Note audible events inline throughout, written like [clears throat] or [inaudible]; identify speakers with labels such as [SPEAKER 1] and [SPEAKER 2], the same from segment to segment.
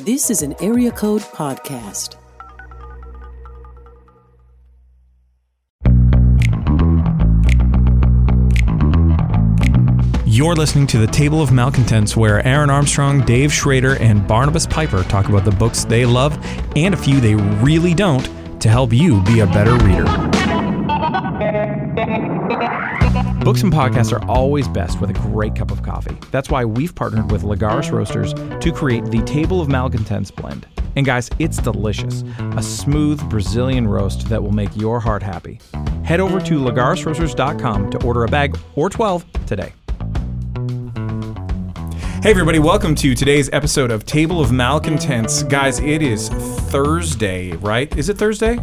[SPEAKER 1] This is an Area Code Podcast.
[SPEAKER 2] You're listening to the Table of Malcontents, where Aaron Armstrong, Dave Schrader, and Barnabas Piper talk about the books they love and a few they really don't to help you be a better reader. Books and podcasts are always best with a great cup of coffee. That's why we've partnered with Lagaris Roasters to create the Table of Malcontents blend. And guys, it's delicious. A smooth Brazilian roast that will make your heart happy. Head over to lagarisroasters.com to order a bag or 12 today. Hey, everybody, welcome to today's episode of Table of Malcontents. Guys, it is Thursday, right? Is it Thursday?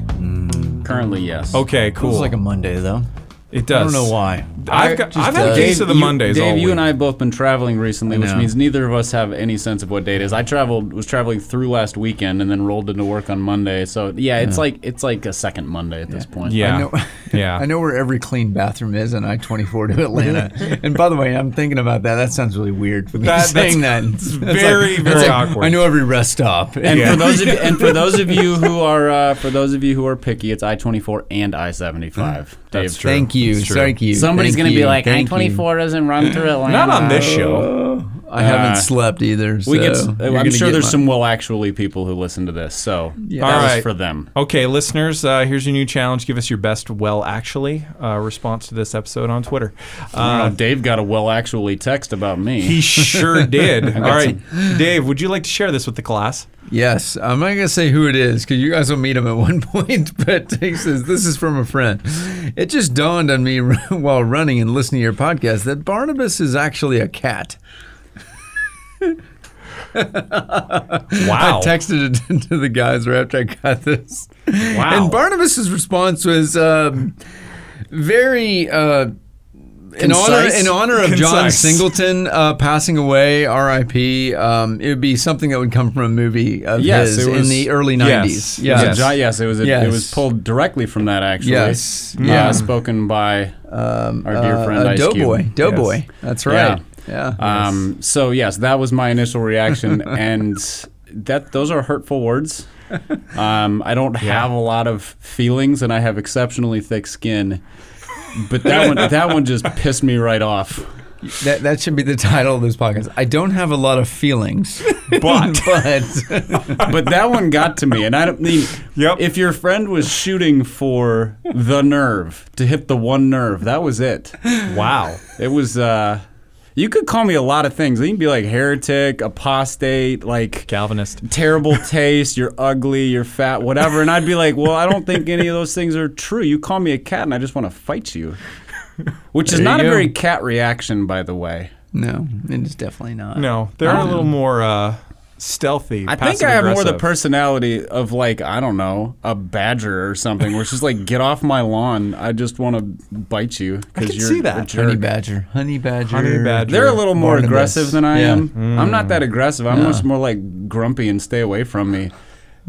[SPEAKER 3] Currently, yes.
[SPEAKER 2] Okay, cool.
[SPEAKER 4] Feels like a Monday though.
[SPEAKER 2] it does.
[SPEAKER 4] I don't know why.
[SPEAKER 2] I've, got,
[SPEAKER 4] Just
[SPEAKER 2] I've had a
[SPEAKER 4] does.
[SPEAKER 2] case of the
[SPEAKER 3] you,
[SPEAKER 2] Mondays
[SPEAKER 3] uh, Dave,
[SPEAKER 2] all
[SPEAKER 3] you
[SPEAKER 2] week.
[SPEAKER 3] and I have both been traveling recently, which
[SPEAKER 4] know.
[SPEAKER 3] means neither of us have any sense of what date is. I traveled was traveling through last weekend and then rolled into work on Monday. So yeah, it's like it's like a second Monday at this point.
[SPEAKER 2] Yeah.
[SPEAKER 4] I know, [laughs]
[SPEAKER 2] yeah.
[SPEAKER 4] I know where every clean bathroom is on I 24 to
[SPEAKER 2] [laughs]
[SPEAKER 4] Atlanta. and by the way, I'm thinking about that. That sounds really weird for me
[SPEAKER 2] That-
[SPEAKER 4] [laughs] saying
[SPEAKER 2] that's-
[SPEAKER 4] that.
[SPEAKER 2] it's
[SPEAKER 4] That's
[SPEAKER 2] very, very
[SPEAKER 4] that's
[SPEAKER 2] awkward.
[SPEAKER 4] I know every rest stop.
[SPEAKER 3] And
[SPEAKER 2] Yeah.
[SPEAKER 3] for those of
[SPEAKER 2] [laughs]
[SPEAKER 3] and for those of you who are uh, for those of you who are picky, it's I twenty four and I seventy five. Dave,
[SPEAKER 4] thank you.
[SPEAKER 2] It's true.
[SPEAKER 4] Thank you.
[SPEAKER 3] somebody's
[SPEAKER 4] thank
[SPEAKER 3] gonna be
[SPEAKER 4] you,
[SPEAKER 3] like I
[SPEAKER 4] thank
[SPEAKER 3] twenty four doesn't run
[SPEAKER 2] [laughs]
[SPEAKER 3] through Atlanta.
[SPEAKER 2] Not on this show.
[SPEAKER 4] you. I
[SPEAKER 2] Uh,
[SPEAKER 4] haven't slept either. So
[SPEAKER 3] We get. s-
[SPEAKER 4] you're
[SPEAKER 3] I'm
[SPEAKER 4] gonna
[SPEAKER 3] sure
[SPEAKER 4] get
[SPEAKER 3] there's
[SPEAKER 4] my-
[SPEAKER 3] some well actually people who listen to this. So
[SPEAKER 2] All
[SPEAKER 3] that
[SPEAKER 2] right.
[SPEAKER 3] was for them.
[SPEAKER 2] Okay, listeners, uh, here's your new challenge. Give us your best well actually uh, response to this episode on Twitter.
[SPEAKER 3] I
[SPEAKER 2] Uh,
[SPEAKER 3] don't know, Dave got a well actually text about me.
[SPEAKER 2] he
[SPEAKER 3] [laughs]
[SPEAKER 2] sure did. All right, Dave, would you like to share this with the
[SPEAKER 3] [laughs]
[SPEAKER 2] class?
[SPEAKER 4] Yes, I'm not gonna say who it is because you guys will meet him at [laughs] one point. But he says this is from a friend. It just dawned on me [laughs] while running and listening to your podcast that Barnabas is actually a cat.
[SPEAKER 2] Wow.
[SPEAKER 4] I texted it [laughs] to the guys right after I got this.
[SPEAKER 2] Wow.
[SPEAKER 4] And Barnabas's response was um, very. Uh, in honor,
[SPEAKER 3] Concise?
[SPEAKER 4] in honor of John
[SPEAKER 2] Concise.
[SPEAKER 4] Singleton uh, passing away, R.I.P. Um, it would be something that would come from a movie of
[SPEAKER 3] Yes,
[SPEAKER 4] his
[SPEAKER 3] it was-
[SPEAKER 4] in the early
[SPEAKER 2] yes.
[SPEAKER 4] nineties.
[SPEAKER 2] It was a
[SPEAKER 3] Yes.
[SPEAKER 2] giant-
[SPEAKER 3] yes, it was. A, It
[SPEAKER 4] Yes.
[SPEAKER 3] was pulled directly from that actually.
[SPEAKER 4] Yes.
[SPEAKER 3] Yeah.
[SPEAKER 4] Yeah.
[SPEAKER 3] spoken by our dear
[SPEAKER 4] Uh,
[SPEAKER 3] friend
[SPEAKER 4] uh,
[SPEAKER 3] Ice
[SPEAKER 4] Doughboy.
[SPEAKER 3] Cube.
[SPEAKER 4] Doughboy.
[SPEAKER 2] Yes.
[SPEAKER 4] That's
[SPEAKER 3] Yeah.
[SPEAKER 4] right. Yeah.
[SPEAKER 3] Um, So yes, that was my initial
[SPEAKER 4] [laughs]
[SPEAKER 3] reaction, and that those are hurtful words. Um, I don't have a lot of feelings, and I have exceptionally thick skin. But that one, that one just pissed me right off.
[SPEAKER 4] that, that should be the [laughs] title of this podcast. I don't have a lot of feelings,
[SPEAKER 2] But-
[SPEAKER 3] [laughs]
[SPEAKER 4] [laughs] but
[SPEAKER 3] But that one got to me, and I don't
[SPEAKER 4] [laughs]
[SPEAKER 3] mean.
[SPEAKER 2] Yep.
[SPEAKER 3] If your friend was shooting for the nerve to hit the one nerve, that was it.
[SPEAKER 2] wow.
[SPEAKER 3] It was. uh You could call me a lot of things. You can be like heretic, apostate, like
[SPEAKER 2] Calvinist.
[SPEAKER 4] [laughs]
[SPEAKER 3] terrible taste. You're ugly. You're fat. Whatever. And I'd be like, well, I don't think any of those things are true. You call me a cat, and I just want to fight you. Which is
[SPEAKER 4] There you
[SPEAKER 3] not a
[SPEAKER 4] go.
[SPEAKER 3] very cat reaction, by the way.
[SPEAKER 4] no, it is definitely not.
[SPEAKER 2] No, they're a little more uh, stealthy.
[SPEAKER 3] Um, I think I have more the
[SPEAKER 2] passive-aggressive.
[SPEAKER 3] personality of like I don't know a badger or something, which is like get off my lawn. I just want to bite you because
[SPEAKER 2] can
[SPEAKER 3] you're
[SPEAKER 2] see
[SPEAKER 3] a
[SPEAKER 2] that.
[SPEAKER 3] jerk.
[SPEAKER 4] Honey badger. Honey badger.
[SPEAKER 2] Honey badger.
[SPEAKER 3] They're a little more
[SPEAKER 4] Barnabas.
[SPEAKER 3] aggressive than I
[SPEAKER 4] Yeah. Mm.
[SPEAKER 3] am. I'm not that aggressive. I'm much more like grumpy and stay away from me.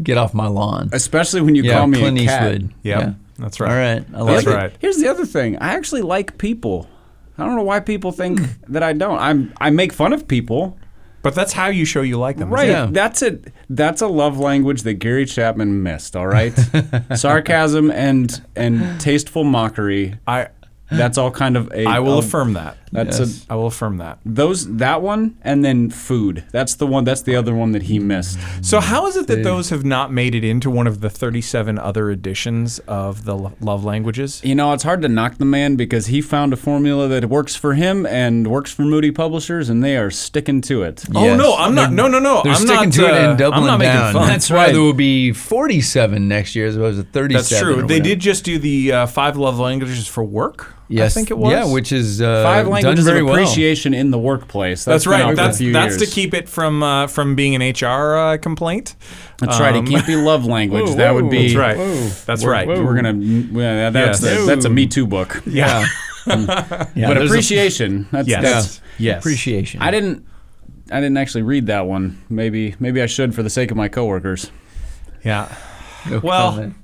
[SPEAKER 4] Get off my lawn.
[SPEAKER 3] Especially when you call me
[SPEAKER 4] Clint
[SPEAKER 3] a cat.
[SPEAKER 4] Eastwood.
[SPEAKER 2] Yep,
[SPEAKER 4] Yeah.
[SPEAKER 2] that's right.
[SPEAKER 4] All right. I like
[SPEAKER 2] That's
[SPEAKER 4] it.
[SPEAKER 2] right.
[SPEAKER 3] Here's the other thing. I actually like people. I don't know why people think that I don't. I'm I make fun of people.
[SPEAKER 2] But that's how you show you like them.
[SPEAKER 3] Right.
[SPEAKER 2] isn't it?
[SPEAKER 4] Yeah.
[SPEAKER 3] That's a that's a love language that Gary Chapman missed, all
[SPEAKER 2] [laughs]
[SPEAKER 3] right? Sarcasm and and tasteful mockery.
[SPEAKER 2] I
[SPEAKER 3] That's all kind of a
[SPEAKER 2] I will
[SPEAKER 3] a-
[SPEAKER 2] affirm that.
[SPEAKER 3] That's a
[SPEAKER 2] I will affirm that.
[SPEAKER 3] those that one and then food. That's the one that's the other one that he missed.
[SPEAKER 2] So how is it that those have not made it into one of the 37 other editions of the lo- love languages?
[SPEAKER 3] You know, it's hard to knock the man because he found a formula that works for him and works for Moody Publishers, and they are sticking to it.
[SPEAKER 2] Oh
[SPEAKER 4] Yes.
[SPEAKER 2] no, I'm not. No, no, no.
[SPEAKER 4] They're
[SPEAKER 2] I'm
[SPEAKER 4] sticking
[SPEAKER 2] not.
[SPEAKER 4] to it
[SPEAKER 2] uh,
[SPEAKER 4] and doubling
[SPEAKER 2] I'm not making
[SPEAKER 4] down.
[SPEAKER 2] fun.
[SPEAKER 4] That's why there will be 47 next year as opposed to 37.
[SPEAKER 2] That's true.
[SPEAKER 4] or
[SPEAKER 2] They
[SPEAKER 4] whatever.
[SPEAKER 2] did just do the uh, five love languages for work.
[SPEAKER 4] Yes.
[SPEAKER 2] I think it was.
[SPEAKER 4] Yeah, which is uh,
[SPEAKER 3] Five languages
[SPEAKER 4] done very
[SPEAKER 3] of
[SPEAKER 4] well.
[SPEAKER 3] appreciation in the workplace.
[SPEAKER 2] That's
[SPEAKER 3] That's, been out for
[SPEAKER 2] right.
[SPEAKER 3] a
[SPEAKER 2] That's
[SPEAKER 3] few
[SPEAKER 2] that's
[SPEAKER 3] years.
[SPEAKER 2] to keep it from uh, from being an HR uh, complaint.
[SPEAKER 3] That's right. It
[SPEAKER 2] Um,
[SPEAKER 3] can't be
[SPEAKER 2] [laughs]
[SPEAKER 3] love language.
[SPEAKER 4] Whoa,
[SPEAKER 3] that would
[SPEAKER 4] whoa.
[SPEAKER 3] be.
[SPEAKER 2] That's right. That's
[SPEAKER 3] We're,
[SPEAKER 2] right.
[SPEAKER 3] We're gonna. Yeah, that's
[SPEAKER 2] Yes.
[SPEAKER 3] a, that's a Me Too book.
[SPEAKER 2] Yeah.
[SPEAKER 4] Yeah,
[SPEAKER 3] but
[SPEAKER 4] there's a-
[SPEAKER 3] appreciation.
[SPEAKER 2] [laughs]
[SPEAKER 3] that's,
[SPEAKER 2] Yes.
[SPEAKER 3] that's
[SPEAKER 2] Yes.
[SPEAKER 4] Appreciation.
[SPEAKER 3] I didn't. I didn't actually read that one. Maybe maybe I should for the sake of my coworkers.
[SPEAKER 2] Yeah.
[SPEAKER 4] No
[SPEAKER 2] well,
[SPEAKER 4] comment.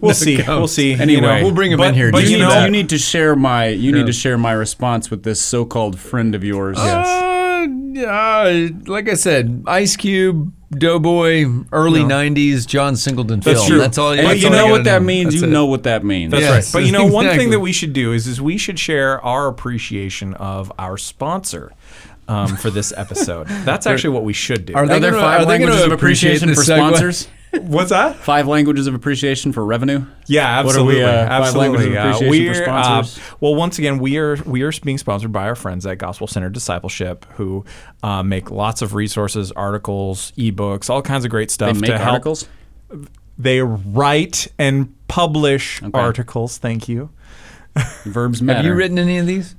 [SPEAKER 2] We'll see. We'll see.
[SPEAKER 3] Anyway, we'll
[SPEAKER 4] bring 'em
[SPEAKER 2] but,
[SPEAKER 4] in here,
[SPEAKER 2] But
[SPEAKER 4] dude.
[SPEAKER 2] you
[SPEAKER 3] you, need,
[SPEAKER 2] know,
[SPEAKER 3] you need to share my you need to share my response with this
[SPEAKER 4] Ah,
[SPEAKER 3] so-called friend of yours.
[SPEAKER 4] Uh, uh, like I said, Ice Cube, Doughboy, early '90s John Singleton film.
[SPEAKER 2] true.
[SPEAKER 4] That's all.
[SPEAKER 3] And
[SPEAKER 4] that's
[SPEAKER 3] you
[SPEAKER 4] all
[SPEAKER 3] know
[SPEAKER 4] gotta
[SPEAKER 3] what that
[SPEAKER 4] know.
[SPEAKER 3] means.
[SPEAKER 4] That's
[SPEAKER 3] you
[SPEAKER 4] it.
[SPEAKER 3] know what that means.
[SPEAKER 2] That's
[SPEAKER 4] Yes,
[SPEAKER 2] right. But you know, one thing
[SPEAKER 4] exactly.
[SPEAKER 2] that we should do is is we should share our appreciation of our sponsor um, for this
[SPEAKER 3] [laughs]
[SPEAKER 2] episode. That's actually what we should do. Uh,
[SPEAKER 4] Are they
[SPEAKER 3] Are there
[SPEAKER 4] gonna-
[SPEAKER 3] five
[SPEAKER 4] are they gonna
[SPEAKER 3] languages of
[SPEAKER 4] appreciate
[SPEAKER 3] appreciation
[SPEAKER 4] this
[SPEAKER 3] for
[SPEAKER 4] segue?
[SPEAKER 3] sponsors?
[SPEAKER 2] What's that?
[SPEAKER 3] Five languages of appreciation for revenue?
[SPEAKER 2] Yeah,
[SPEAKER 3] What are
[SPEAKER 2] absolutely,
[SPEAKER 3] we, uh, five
[SPEAKER 2] absolutely.
[SPEAKER 3] languages of
[SPEAKER 2] Uh,
[SPEAKER 3] appreciation for
[SPEAKER 2] we're uh,
[SPEAKER 3] sponsors?
[SPEAKER 2] well, once again, we are we are being sponsored by our friends at Gospel Center Discipleship, who uh, make lots of resources, articles, ebooks, all kinds of great stuff
[SPEAKER 4] uh,
[SPEAKER 3] they make
[SPEAKER 2] to help.
[SPEAKER 3] articles?
[SPEAKER 2] They write and publish articles. Thank you.
[SPEAKER 3] Verbs matter.
[SPEAKER 4] Have you written any of these?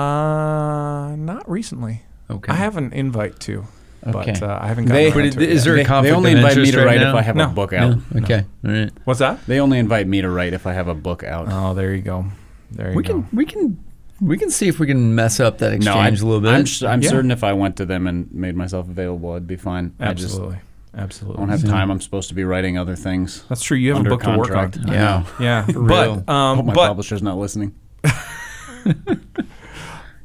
[SPEAKER 2] Uh, not recently.
[SPEAKER 4] Okay.
[SPEAKER 2] I have an invite to, but
[SPEAKER 4] Okay.
[SPEAKER 2] uh, I haven't gotten
[SPEAKER 3] They,
[SPEAKER 2] around
[SPEAKER 3] [laughs]
[SPEAKER 2] to it
[SPEAKER 4] is
[SPEAKER 2] yet.
[SPEAKER 4] there a
[SPEAKER 3] they-
[SPEAKER 4] conflict
[SPEAKER 3] They only
[SPEAKER 4] of
[SPEAKER 3] invite me
[SPEAKER 4] interest
[SPEAKER 3] to
[SPEAKER 4] right
[SPEAKER 3] write
[SPEAKER 4] now?
[SPEAKER 3] if I have
[SPEAKER 2] No.
[SPEAKER 3] a book out.
[SPEAKER 4] Okay. All right.
[SPEAKER 2] What's that?
[SPEAKER 3] They only invite me to write if I have a book out.
[SPEAKER 2] Oh, there you go. There you
[SPEAKER 4] We
[SPEAKER 2] go.
[SPEAKER 4] can we can we can see if we can mess up that
[SPEAKER 3] no,
[SPEAKER 4] exchange
[SPEAKER 3] I,
[SPEAKER 4] a little bit.
[SPEAKER 3] I'm, s- I'm
[SPEAKER 2] Yeah.
[SPEAKER 3] certain if I went to them and made myself available, I'd be fine. I just
[SPEAKER 2] absolutely, absolutely.
[SPEAKER 3] don't have time. I'm supposed to be writing other things.
[SPEAKER 2] That's true. You have
[SPEAKER 3] under
[SPEAKER 2] a book
[SPEAKER 3] contract.
[SPEAKER 2] to work
[SPEAKER 3] I [laughs]
[SPEAKER 2] on.
[SPEAKER 4] yeah.
[SPEAKER 2] Yeah,
[SPEAKER 4] real.
[SPEAKER 2] but um,
[SPEAKER 3] hope my
[SPEAKER 2] but
[SPEAKER 3] publisher's not listening.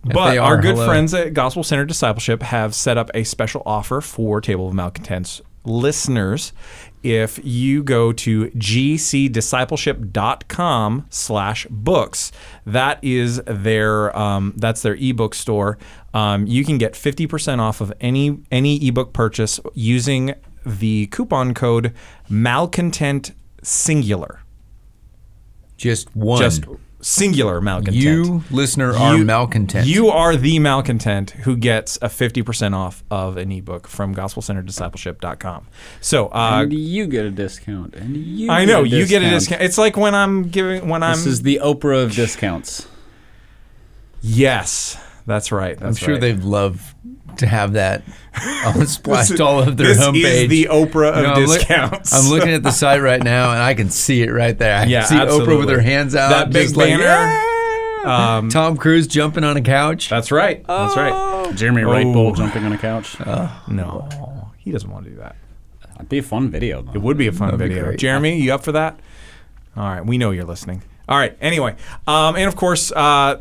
[SPEAKER 2] But
[SPEAKER 4] they
[SPEAKER 2] our
[SPEAKER 4] are,
[SPEAKER 2] good
[SPEAKER 4] hello.
[SPEAKER 2] friends at Gospel Center Discipleship have set up a special offer for Table of Malcontents listeners. If you go to gcdiscipleship.com slash books, that is their um, that's their ebook store. Um, you can get 50% off of any any ebook purchase using the coupon code malcontent singular.
[SPEAKER 4] just one.
[SPEAKER 2] Just singular malcontent.
[SPEAKER 4] you listener are malcontent.
[SPEAKER 2] You are the malcontent who gets a 50% off of an ebook from gospelcenterdiscipleship.com. So, uh,
[SPEAKER 3] and you get a discount. And you
[SPEAKER 2] I know you get a
[SPEAKER 3] discount.
[SPEAKER 2] discount. It's like when I'm giving, when I'm,
[SPEAKER 3] This is the Oprah of discounts.
[SPEAKER 2] yes, that's right.
[SPEAKER 4] I'm
[SPEAKER 2] That's
[SPEAKER 4] sure
[SPEAKER 2] right.
[SPEAKER 4] they'd love to have [laughs] that on
[SPEAKER 2] [laughs]
[SPEAKER 4] splashed
[SPEAKER 2] This-
[SPEAKER 4] all of their
[SPEAKER 2] this
[SPEAKER 4] homepage.
[SPEAKER 2] is the Oprah of
[SPEAKER 4] No, I'm look-
[SPEAKER 2] discounts.
[SPEAKER 4] I'm looking [laughs] at the site right now, and I can see it right there. I can
[SPEAKER 2] Yeah,
[SPEAKER 4] see Oprah with
[SPEAKER 2] absolutely.
[SPEAKER 4] her hands out,
[SPEAKER 2] That big
[SPEAKER 4] just like,
[SPEAKER 2] banner.
[SPEAKER 4] [laughs] "Yeah!"
[SPEAKER 2] Um,
[SPEAKER 4] Tom Cruise jumping on a
[SPEAKER 2] [laughs]
[SPEAKER 4] couch.
[SPEAKER 2] that's right. That's right.
[SPEAKER 3] Jeremy
[SPEAKER 2] Oh. Uh.
[SPEAKER 3] Wright Bull jumping on a couch.
[SPEAKER 2] No, he doesn't want to do that.
[SPEAKER 3] That'd be a fun video. Though.
[SPEAKER 2] It would be a fun
[SPEAKER 4] That'd be
[SPEAKER 2] video.
[SPEAKER 4] great.
[SPEAKER 2] Jeremy, you up for that? All right, we know you're listening. All right. Anyway, um, and of course, uh,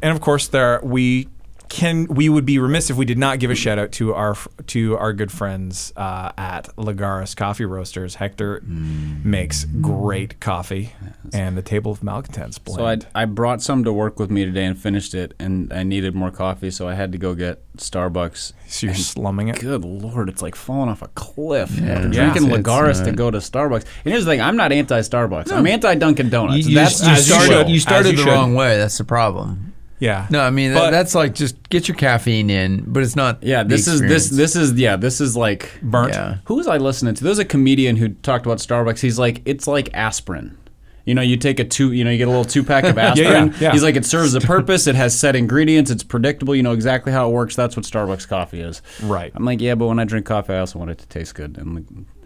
[SPEAKER 2] and of course, there we can we would be remiss if we did not give a shout out to our f- to our good friends uh, at Lagaris Coffee Roasters. Hector
[SPEAKER 4] Mm.
[SPEAKER 2] makes great coffee, and the Table of Malcontents blend.
[SPEAKER 3] So I, I brought some to work with me today and finished it, and I needed more coffee, so I had to go get Starbucks.
[SPEAKER 2] so you're slumming it.
[SPEAKER 3] Good lord, it's like falling off a cliff. After
[SPEAKER 4] Yeah,
[SPEAKER 3] drinking
[SPEAKER 4] it's- it's
[SPEAKER 3] Lagaris to
[SPEAKER 4] not-
[SPEAKER 3] go to Starbucks. And here's the thing: I'm not anti-Starbucks. I'm anti-Dunkin'
[SPEAKER 4] You,
[SPEAKER 3] Donuts.
[SPEAKER 4] you-
[SPEAKER 3] That's
[SPEAKER 4] you
[SPEAKER 3] as you
[SPEAKER 4] started,
[SPEAKER 3] should.
[SPEAKER 4] you started
[SPEAKER 2] you
[SPEAKER 4] the
[SPEAKER 2] should.
[SPEAKER 4] wrong way. That's the problem.
[SPEAKER 2] Yeah.
[SPEAKER 4] No, I mean
[SPEAKER 2] But-
[SPEAKER 4] that, that's like just get your caffeine in, but it's not.
[SPEAKER 3] Yeah,
[SPEAKER 4] the
[SPEAKER 3] this is
[SPEAKER 4] experience.
[SPEAKER 3] this this is yeah, this is like
[SPEAKER 2] burnt.
[SPEAKER 4] Yeah.
[SPEAKER 3] Who was I listening to? There's a comedian who talked about Starbucks. He's like, it's like aspirin. You know, you take a two, you know, you get a little
[SPEAKER 2] [laughs]
[SPEAKER 3] two pack of aspirin.
[SPEAKER 2] yeah.
[SPEAKER 3] He's like, it serves a purpose. It has set ingredients. It's predictable. You know exactly how it works. That's what Starbucks coffee is.
[SPEAKER 2] Right.
[SPEAKER 3] I'm like, yeah, but when I drink coffee, I also want it to taste good. And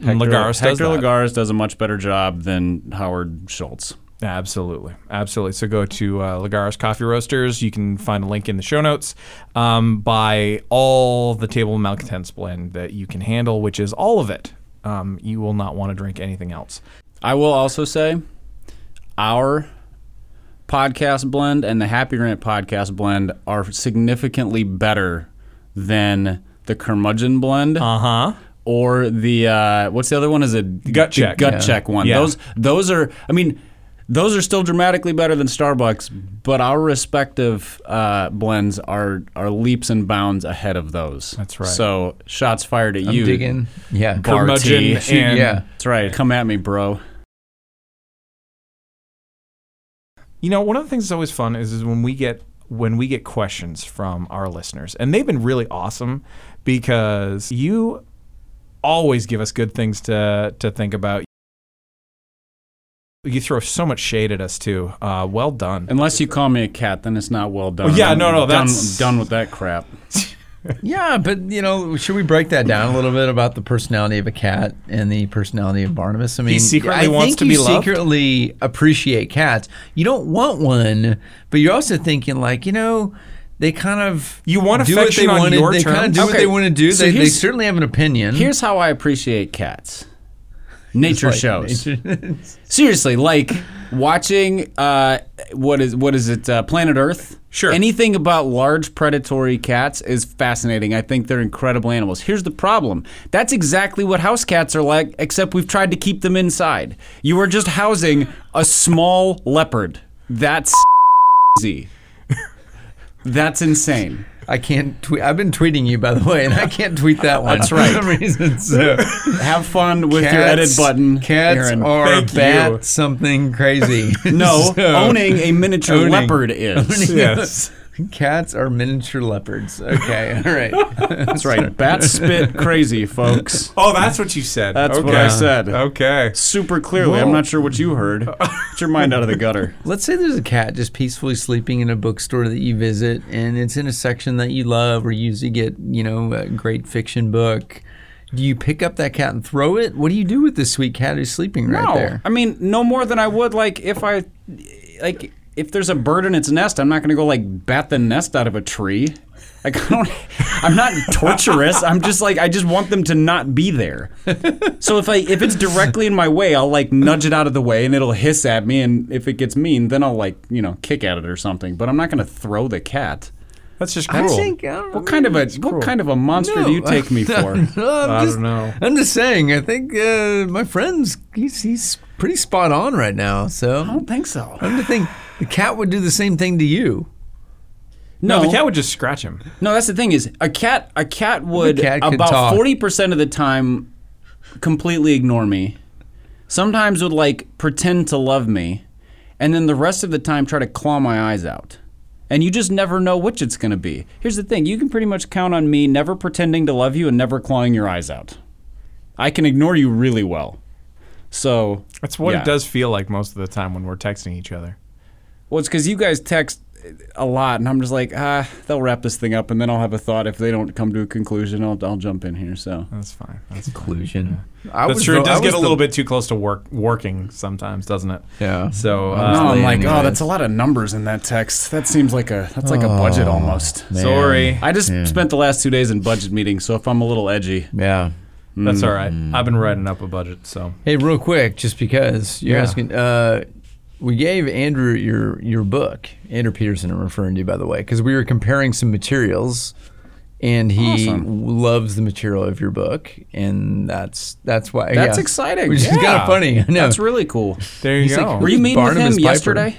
[SPEAKER 2] And Lagares does
[SPEAKER 3] Hector
[SPEAKER 2] that.
[SPEAKER 3] Lagares does a much better job than Howard Schultz.
[SPEAKER 2] Absolutely, absolutely. So go to uh, Lagares Coffee Roasters. You can find a link in the show notes. Um, buy all the table of malcontents blend that you can handle, which is all of it. Um, you will not want to drink anything else.
[SPEAKER 3] I will also say our podcast blend and the Happy Rant podcast blend are significantly better than the curmudgeon blend
[SPEAKER 2] Uh huh.
[SPEAKER 3] or the uh, what's the other one? Is it
[SPEAKER 2] Gut
[SPEAKER 3] the
[SPEAKER 2] check.
[SPEAKER 3] Gut
[SPEAKER 2] Yeah.
[SPEAKER 3] check one.
[SPEAKER 2] Yeah.
[SPEAKER 3] Those those are. I mean. Those are still dramatically better than Starbucks, but our respective uh, blends are are leaps and bounds ahead of those.
[SPEAKER 2] That's right.
[SPEAKER 3] So shots fired at
[SPEAKER 4] I'm
[SPEAKER 3] you.
[SPEAKER 4] digging. Yeah,
[SPEAKER 3] Bar tea.
[SPEAKER 2] Curmudgeon and
[SPEAKER 4] yeah.
[SPEAKER 3] That's right. Come at me, bro.
[SPEAKER 2] You know, one of the things that's always fun is, is when we get when we get questions from our listeners, and they've been really awesome because you always give us good things to to think about. You throw so much shade at us too. Uh, well
[SPEAKER 3] [laughs]
[SPEAKER 2] done.
[SPEAKER 3] Unless you call me a cat, then it's not well done.
[SPEAKER 2] Well, yeah,
[SPEAKER 3] I'm
[SPEAKER 2] no, no,
[SPEAKER 3] done,
[SPEAKER 2] that's-
[SPEAKER 3] done with that crap.
[SPEAKER 4] Yeah, but you know, should we break that down a little bit about the personality of a cat and the personality of Barnabas? I mean,
[SPEAKER 2] secretly
[SPEAKER 4] I
[SPEAKER 2] wants
[SPEAKER 4] think
[SPEAKER 2] to
[SPEAKER 4] you
[SPEAKER 2] be loved?
[SPEAKER 4] secretly appreciate cats. You don't want one, but you're also thinking like, you know, they kind of
[SPEAKER 2] You want
[SPEAKER 4] do what they
[SPEAKER 2] affection on
[SPEAKER 4] wanted.
[SPEAKER 2] your
[SPEAKER 4] they kind
[SPEAKER 2] terms?
[SPEAKER 4] of do what
[SPEAKER 3] Okay,
[SPEAKER 4] they want to do.
[SPEAKER 3] so
[SPEAKER 4] they, they
[SPEAKER 3] here's-
[SPEAKER 4] certainly have an opinion.
[SPEAKER 3] Here's how I appreciate cats. nature shows.
[SPEAKER 2] [laughs]
[SPEAKER 4] Nature-
[SPEAKER 3] Seriously, like watching uh, what is what is it? Uh, Planet Earth.
[SPEAKER 2] Sure.
[SPEAKER 3] Anything about large predatory cats is fascinating. I think they're incredible animals. Here's the problem. That's exactly what house cats are like, except we've tried to keep them inside. You are just housing a small leopard. That's [laughs] easy. That's insane.
[SPEAKER 4] I can't tweet. I've been tweeting you, by the way, and I can't tweet that one.
[SPEAKER 3] That's right.
[SPEAKER 4] [laughs] For some
[SPEAKER 3] [laughs]
[SPEAKER 4] reason, so
[SPEAKER 3] Have fun with your edit button.
[SPEAKER 4] Cats
[SPEAKER 3] Aaron.
[SPEAKER 4] are
[SPEAKER 2] Thank
[SPEAKER 4] bat
[SPEAKER 2] you.
[SPEAKER 4] something crazy.
[SPEAKER 3] [laughs] no
[SPEAKER 4] [laughs] So,
[SPEAKER 3] owning a miniature
[SPEAKER 4] [laughs] Owning.
[SPEAKER 3] leopard is.
[SPEAKER 2] Yes.
[SPEAKER 4] Cats are miniature leopards. Okay, all right.
[SPEAKER 3] That's right. Bats spit crazy, folks.
[SPEAKER 2] [laughs] Oh, that's what you said.
[SPEAKER 3] That's what
[SPEAKER 2] Okay.
[SPEAKER 3] I said.
[SPEAKER 2] Okay.
[SPEAKER 3] Super clearly. I'm not sure what you heard. Get your mind out of the gutter.
[SPEAKER 4] [laughs] Let's say there's a cat just peacefully sleeping in a bookstore that you visit, and it's in a section that you love, or you usually get, you know, a great fiction book. Do you pick up that cat and throw it? What do you do with this sweet cat who's sleeping right
[SPEAKER 3] no,
[SPEAKER 4] there?
[SPEAKER 3] I mean no more than I would like if I like if there's a bird in its nest. I'm not going to go like bat the nest out of a tree. Like [laughs] I don't. I'm not torturous. I'm just like I just want them to not be there. So if I if it's directly in my way, I'll like nudge it out of the way and it'll hiss at me. And if it gets mean, then I'll like you know kick at it or something. But I'm not going to throw the cat.
[SPEAKER 2] That's just
[SPEAKER 4] I
[SPEAKER 2] cruel.
[SPEAKER 4] think. I don't
[SPEAKER 3] What kind of a what kind of a monster do you
[SPEAKER 4] No.
[SPEAKER 3] take me for?
[SPEAKER 4] I'm
[SPEAKER 2] I
[SPEAKER 4] just,
[SPEAKER 2] don't know.
[SPEAKER 4] I'm just saying. I think uh, my friend's he's, he's pretty spot on right
[SPEAKER 3] [laughs]
[SPEAKER 4] now.
[SPEAKER 3] I
[SPEAKER 4] So
[SPEAKER 3] don't think so.
[SPEAKER 4] I'm to think the cat would do the same thing to you.
[SPEAKER 2] No, the cat would just scratch him.
[SPEAKER 3] No, that's the thing is a cat. A cat would
[SPEAKER 4] The cat could
[SPEAKER 3] about
[SPEAKER 4] talk.
[SPEAKER 3] forty percent of the time completely ignore me. Sometimes would like pretend to love me, and then the rest of the time try to claw my eyes out. And you just never know which it's going to be. Here's the thing: you can pretty much count on me never pretending to love you and never clawing your eyes out. I can ignore you really well. So
[SPEAKER 2] That's what
[SPEAKER 3] yeah.
[SPEAKER 2] it does feel like most of the time when we're texting each other.
[SPEAKER 3] Well, it's because you guys text a lot, and I'm just like, ah, they'll wrap this thing up, and then I'll have a thought. If they don't come to a conclusion, I'll, I'll jump in here. So
[SPEAKER 2] That's fine. That's, fine.
[SPEAKER 4] Conclusion. I
[SPEAKER 2] That's
[SPEAKER 4] was
[SPEAKER 2] true.
[SPEAKER 4] the-
[SPEAKER 2] It
[SPEAKER 4] I
[SPEAKER 2] does
[SPEAKER 4] was
[SPEAKER 2] get a
[SPEAKER 4] the-
[SPEAKER 2] little bit too close to work working sometimes, doesn't it?
[SPEAKER 4] Yeah.
[SPEAKER 2] So
[SPEAKER 4] I
[SPEAKER 2] uh,
[SPEAKER 4] was
[SPEAKER 3] no, I'm like,
[SPEAKER 4] anyways.
[SPEAKER 3] oh, that's a lot of numbers in that text. That seems like a that's like a budget almost.
[SPEAKER 4] Oh, man.
[SPEAKER 2] sorry.
[SPEAKER 3] I just spent the last two days in budget meetings, so if I'm a little edgy,
[SPEAKER 4] Yeah.
[SPEAKER 2] That's all right.
[SPEAKER 4] Mm.
[SPEAKER 2] I've been writing up a budget, so
[SPEAKER 4] Hey, real quick, just because you're
[SPEAKER 2] Yeah.
[SPEAKER 4] asking, uh, we gave Andrew your your book, Andrew Peterson. I'm referring to, by the way, because we were comparing some materials, and he w- loves the material of your book, and that's that's why.
[SPEAKER 3] That's exciting.
[SPEAKER 4] Which is kind
[SPEAKER 2] Yeah.
[SPEAKER 4] of funny. I know.
[SPEAKER 3] that's really cool.
[SPEAKER 2] there you
[SPEAKER 4] He's
[SPEAKER 2] go.
[SPEAKER 4] like,
[SPEAKER 3] Were you meeting with him
[SPEAKER 4] Barnabas Piper.
[SPEAKER 3] yesterday?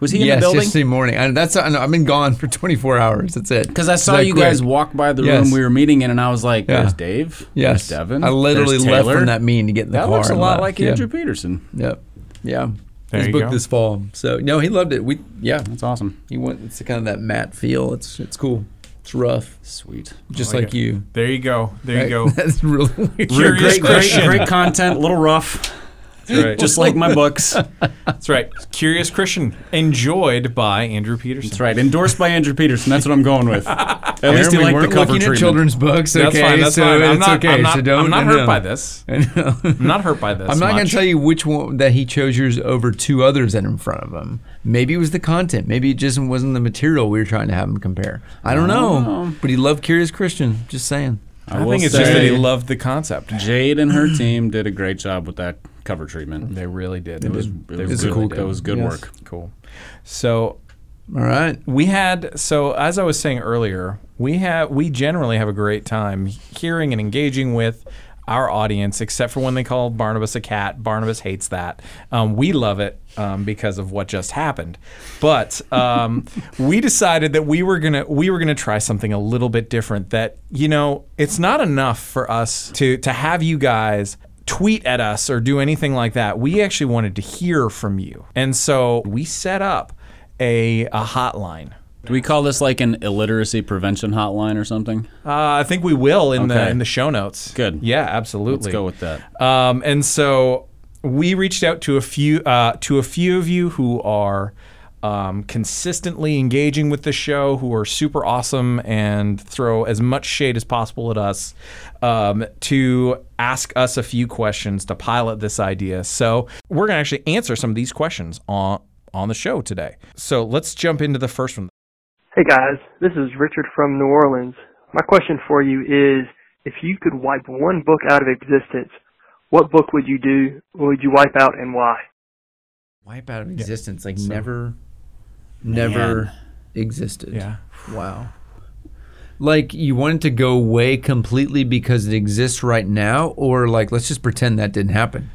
[SPEAKER 3] Was he in
[SPEAKER 4] yes,
[SPEAKER 3] the building?
[SPEAKER 4] yesterday morning. I, that's I know, I've been gone for [laughs] 24 hours. That's it.
[SPEAKER 3] Because I saw
[SPEAKER 4] Is that
[SPEAKER 3] you
[SPEAKER 4] quick?
[SPEAKER 3] guys walk by the
[SPEAKER 4] Yes.
[SPEAKER 3] room we were meeting in, and I was like,
[SPEAKER 4] Yeah.
[SPEAKER 3] "There's Dave.
[SPEAKER 4] Yes,
[SPEAKER 3] There's Devin.
[SPEAKER 4] I literally
[SPEAKER 3] there's
[SPEAKER 4] left
[SPEAKER 3] Taylor."
[SPEAKER 4] from that meeting to get in the
[SPEAKER 3] That
[SPEAKER 4] car.
[SPEAKER 3] looks a
[SPEAKER 4] and
[SPEAKER 3] lot
[SPEAKER 4] left.
[SPEAKER 3] like
[SPEAKER 4] yeah.
[SPEAKER 3] Andrew Peterson.
[SPEAKER 4] Yep. Yeah.
[SPEAKER 2] There
[SPEAKER 4] His
[SPEAKER 2] you
[SPEAKER 4] book
[SPEAKER 2] go.
[SPEAKER 4] this fall. So no, he loved it. We yeah.
[SPEAKER 3] That's awesome.
[SPEAKER 4] He went. It's kind of that matte feel. It's it's cool. It's rough,
[SPEAKER 3] Sweet.
[SPEAKER 4] just
[SPEAKER 2] like
[SPEAKER 4] like,
[SPEAKER 2] it.
[SPEAKER 4] you.
[SPEAKER 2] There you go. There you
[SPEAKER 4] Right?
[SPEAKER 2] go.
[SPEAKER 4] [laughs] That's really weird.
[SPEAKER 2] You're Curious
[SPEAKER 3] great, great,
[SPEAKER 2] Christian.
[SPEAKER 3] great content. A little rough,
[SPEAKER 2] That's right.
[SPEAKER 3] just like my books.
[SPEAKER 2] That's right. Curious Christian, enjoyed by Andrew Peterson.
[SPEAKER 3] That's right. Endorsed by Andrew Peterson. That's what I'm going [laughs] with. At least you
[SPEAKER 4] we
[SPEAKER 3] like the
[SPEAKER 4] weren't
[SPEAKER 3] cover
[SPEAKER 4] looking at
[SPEAKER 3] treatment.
[SPEAKER 4] children's books.
[SPEAKER 2] That's
[SPEAKER 4] okay,
[SPEAKER 2] fine. That's
[SPEAKER 4] so
[SPEAKER 2] fine. I'm
[SPEAKER 4] it's
[SPEAKER 2] not,
[SPEAKER 4] okay.
[SPEAKER 2] I'm not,
[SPEAKER 4] so don't.
[SPEAKER 2] I'm not
[SPEAKER 4] no.
[SPEAKER 2] hurt by this.
[SPEAKER 4] [laughs] I know.
[SPEAKER 2] I'm not hurt by this.
[SPEAKER 4] I'm not going
[SPEAKER 2] much.
[SPEAKER 4] to tell you which one that he chose yours over two others that are in front of him. Maybe it was the content. Maybe it just wasn't the material we were trying to have him compare. I don't know. But he loved Curious Christian. Just saying.
[SPEAKER 2] I think it's just that he loved the concept.
[SPEAKER 3] Jade and her team did a great job with that cover treatment.
[SPEAKER 2] They really did.
[SPEAKER 3] It was,
[SPEAKER 2] They
[SPEAKER 3] it
[SPEAKER 2] really
[SPEAKER 3] was
[SPEAKER 4] a
[SPEAKER 3] good.
[SPEAKER 4] cool
[SPEAKER 3] that
[SPEAKER 4] cover.
[SPEAKER 3] was good
[SPEAKER 4] Yes.
[SPEAKER 3] work.
[SPEAKER 2] did. cool. So
[SPEAKER 4] All right.
[SPEAKER 2] we had so as I was saying earlier, we have we generally have a great time hearing and engaging with our audience, except for when they call Barnabas a cat. Barnabas hates that. Um, we love it um, because of what just happened. But um, [laughs] we decided that we were gonna we were gonna try something a little bit different. That you know, it's not enough for us to to have you guys tweet at us or do anything like that. We actually wanted to hear from you, and so we set up a, a hotline.
[SPEAKER 3] Do we call this like an illiteracy prevention hotline or something?
[SPEAKER 2] Uh, I think we will in the
[SPEAKER 3] Okay.
[SPEAKER 2] in the show notes.
[SPEAKER 3] Good.
[SPEAKER 2] Yeah, absolutely.
[SPEAKER 3] Let's go with that.
[SPEAKER 2] Um, and so we reached out to a few uh, to a few of you who are um, consistently engaging with the show, who are super awesome and throw as much shade as possible at us, um, to ask us a few questions to pilot this idea. So we're gonna actually answer some of these questions on on the show today. So let's jump into the first one.
[SPEAKER 5] Hey guys, this is Richard from New Orleans. My question for you is if you could wipe one book out of existence, What book would you do? Would you wipe out and why?
[SPEAKER 4] Wipe out of existence, like
[SPEAKER 2] So-
[SPEAKER 4] never, never existed.
[SPEAKER 2] Yeah.
[SPEAKER 4] Wow. Like you want it to go away completely because it exists right now, or like let's just pretend that didn't happen.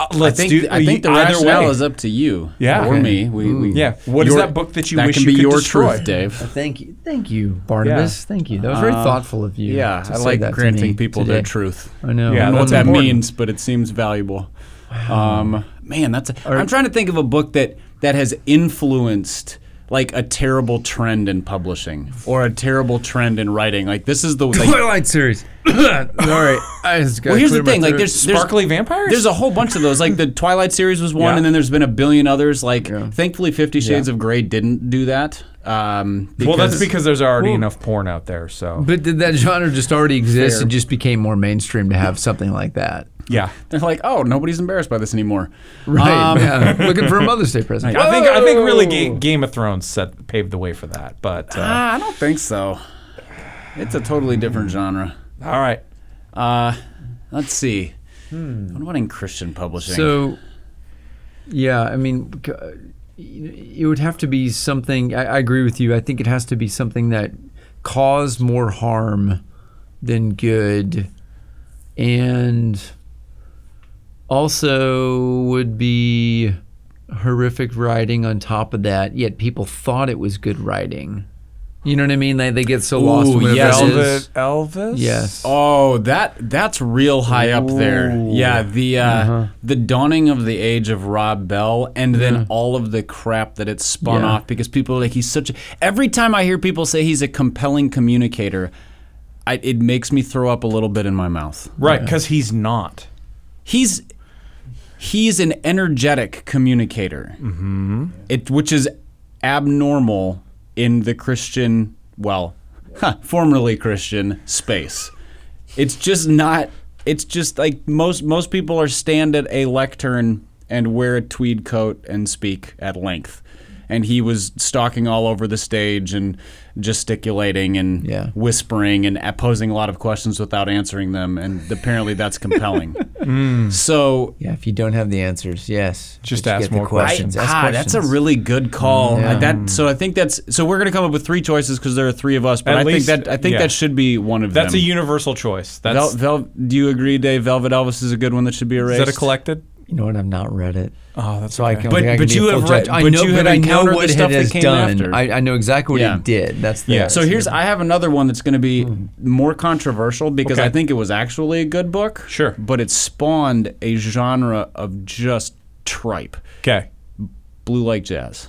[SPEAKER 2] Uh, let's
[SPEAKER 3] I think,
[SPEAKER 2] do.
[SPEAKER 3] I think the
[SPEAKER 2] either
[SPEAKER 3] rationale
[SPEAKER 2] way.
[SPEAKER 3] is up to you.
[SPEAKER 2] Yeah.
[SPEAKER 3] Or
[SPEAKER 2] Okay.
[SPEAKER 3] me. We, we,
[SPEAKER 2] Yeah. What is
[SPEAKER 3] your-
[SPEAKER 2] that book that you wish
[SPEAKER 3] can
[SPEAKER 2] you
[SPEAKER 3] be
[SPEAKER 2] could
[SPEAKER 3] your
[SPEAKER 2] destroy?
[SPEAKER 3] truth, Dave?
[SPEAKER 4] Uh, Thank you, thank you, Barnabas. Thank you. That was very thoughtful of you.
[SPEAKER 3] Yeah,
[SPEAKER 4] to
[SPEAKER 3] I
[SPEAKER 4] say
[SPEAKER 3] like
[SPEAKER 4] that to me
[SPEAKER 3] granting people
[SPEAKER 4] today.
[SPEAKER 3] their truth.
[SPEAKER 4] I know.
[SPEAKER 2] Yeah,
[SPEAKER 3] I don't know
[SPEAKER 2] that's
[SPEAKER 3] what that
[SPEAKER 2] important.
[SPEAKER 3] means, but it seems valuable. Um, man, that's. A, I'm trying to think of a book that that has influenced like a terrible trend in publishing or a terrible trend in writing. Like this is the. [laughs] Like,
[SPEAKER 4] Twilight series. [coughs] All right. I just gotta
[SPEAKER 3] well, here's
[SPEAKER 4] clear
[SPEAKER 3] the
[SPEAKER 4] my
[SPEAKER 3] thing. Like
[SPEAKER 4] throat.
[SPEAKER 3] there's, there's
[SPEAKER 2] Sparkly vampires?
[SPEAKER 3] There's a whole bunch of those. Like [laughs] the Twilight series was one,
[SPEAKER 2] Yeah.
[SPEAKER 3] and then there's been a billion others. Like thankfully, Fifty Shades of Grey didn't do that. Um,
[SPEAKER 2] well, that's because there's already enough porn out there. So
[SPEAKER 4] But did that genre just already exist
[SPEAKER 3] Fair.
[SPEAKER 4] and just became more mainstream to have something like that?
[SPEAKER 2] yeah,
[SPEAKER 3] [laughs] they're like, oh, nobody's embarrassed by this anymore.
[SPEAKER 4] Right.
[SPEAKER 3] Um,
[SPEAKER 4] [laughs] yeah. Looking for a Mother's Day present.
[SPEAKER 2] I think I think really Ga- Game of Thrones set paved the way for that. But uh,
[SPEAKER 3] Ah, I don't think so. It's a totally different genre.
[SPEAKER 2] all right,
[SPEAKER 3] Uh, let's see. What about in Christian publishing?
[SPEAKER 4] Hmm. So, yeah, I mean, c- uh, it would have to be something. I, I agree with you. I think it has to be something that caused more harm than good, and also would be horrific writing on top of that. Yet people thought it was good writing. You know what I mean? They, they get so lost.
[SPEAKER 3] Ooh,
[SPEAKER 4] in whatever
[SPEAKER 3] yes.
[SPEAKER 4] it is.
[SPEAKER 2] Elvis. Elvis?
[SPEAKER 4] Yes.
[SPEAKER 3] oh, that that's real high up there.
[SPEAKER 2] Ooh.
[SPEAKER 3] Yeah, the uh,
[SPEAKER 4] Uh-huh.
[SPEAKER 3] the dawning of the age of Rob Bell, and then all of the crap that it spun
[SPEAKER 4] Yeah.
[SPEAKER 3] off because people are like he's such. A, every time I hear people say he's a compelling communicator, I, it makes me throw up a little bit in my mouth.
[SPEAKER 2] Right, because he's not.
[SPEAKER 3] he's he's an energetic communicator, mm-hmm. it which is abnormal in the Christian, well, formerly Christian space. It's just not. It's just like most most people are stand at a lectern and wear a tweed coat and speak at length. And he was stalking all over the stage and gesticulating and
[SPEAKER 4] Yeah.
[SPEAKER 3] whispering and posing a lot of questions without answering them. And apparently that's compelling. So
[SPEAKER 4] Yeah, if you don't have the answers, yes.
[SPEAKER 2] Just
[SPEAKER 4] But you
[SPEAKER 2] ask
[SPEAKER 4] get the
[SPEAKER 2] more
[SPEAKER 4] questions.
[SPEAKER 2] questions.
[SPEAKER 4] Ask
[SPEAKER 3] ah, that's a
[SPEAKER 4] questions.
[SPEAKER 3] really good call.
[SPEAKER 4] Yeah.
[SPEAKER 3] That so I think that's so we're gonna come up with three choices because there are three of us. But
[SPEAKER 2] At
[SPEAKER 3] I
[SPEAKER 2] least-
[SPEAKER 3] think that I think
[SPEAKER 2] yeah.
[SPEAKER 3] that should be one of
[SPEAKER 2] That's a
[SPEAKER 3] them.
[SPEAKER 2] universal choice.
[SPEAKER 3] Vel,
[SPEAKER 2] That's
[SPEAKER 3] Vel, do you agree, Dave? Velvet Elvis is a good one that should be
[SPEAKER 2] is
[SPEAKER 3] erased.
[SPEAKER 2] that a collected?
[SPEAKER 4] You know what? I've not read it.
[SPEAKER 2] Oh, that's
[SPEAKER 4] So I
[SPEAKER 2] okay.
[SPEAKER 4] can,
[SPEAKER 3] But-
[SPEAKER 4] I think I
[SPEAKER 3] but
[SPEAKER 4] can be
[SPEAKER 3] you
[SPEAKER 4] a full
[SPEAKER 3] have read-
[SPEAKER 4] judge. I
[SPEAKER 3] but
[SPEAKER 4] know,
[SPEAKER 3] you have
[SPEAKER 4] I know
[SPEAKER 3] encountered the
[SPEAKER 4] what it
[SPEAKER 3] stuff that
[SPEAKER 4] has
[SPEAKER 3] came
[SPEAKER 4] done.
[SPEAKER 3] after.
[SPEAKER 4] I, I know exactly what
[SPEAKER 3] Yeah.
[SPEAKER 4] it did. That's the
[SPEAKER 2] Yeah.
[SPEAKER 3] So here's I have another one that's going to be
[SPEAKER 4] Hmm.
[SPEAKER 3] more controversial because
[SPEAKER 2] Okay.
[SPEAKER 3] I think it was actually a good book.
[SPEAKER 2] Sure.
[SPEAKER 3] but it spawned a genre of just tripe,
[SPEAKER 2] okay.
[SPEAKER 3] blue like jazz.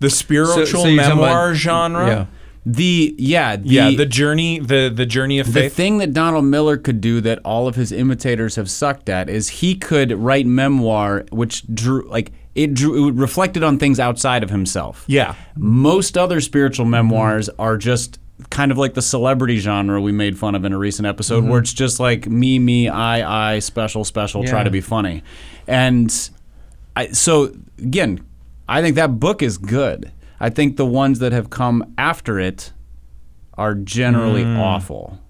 [SPEAKER 2] The spiritual
[SPEAKER 4] so you're talking about-
[SPEAKER 2] memoir genre.
[SPEAKER 4] Yeah.
[SPEAKER 3] The yeah the,
[SPEAKER 2] yeah, the journey, the the journey of
[SPEAKER 3] The
[SPEAKER 2] faith.
[SPEAKER 3] thing that Donald Miller could do that all of his imitators have sucked at is he could write memoir, which drew like it drew it reflected on things outside of himself.
[SPEAKER 2] yeah,
[SPEAKER 3] Most other spiritual memoirs are just kind of like the celebrity genre we made fun of in a recent episode, where it's just like me, me, I, I, special, special, try
[SPEAKER 4] Yeah.
[SPEAKER 3] to be funny, and I, so again, I think that book is good. I think the ones that have come after it are generally awful.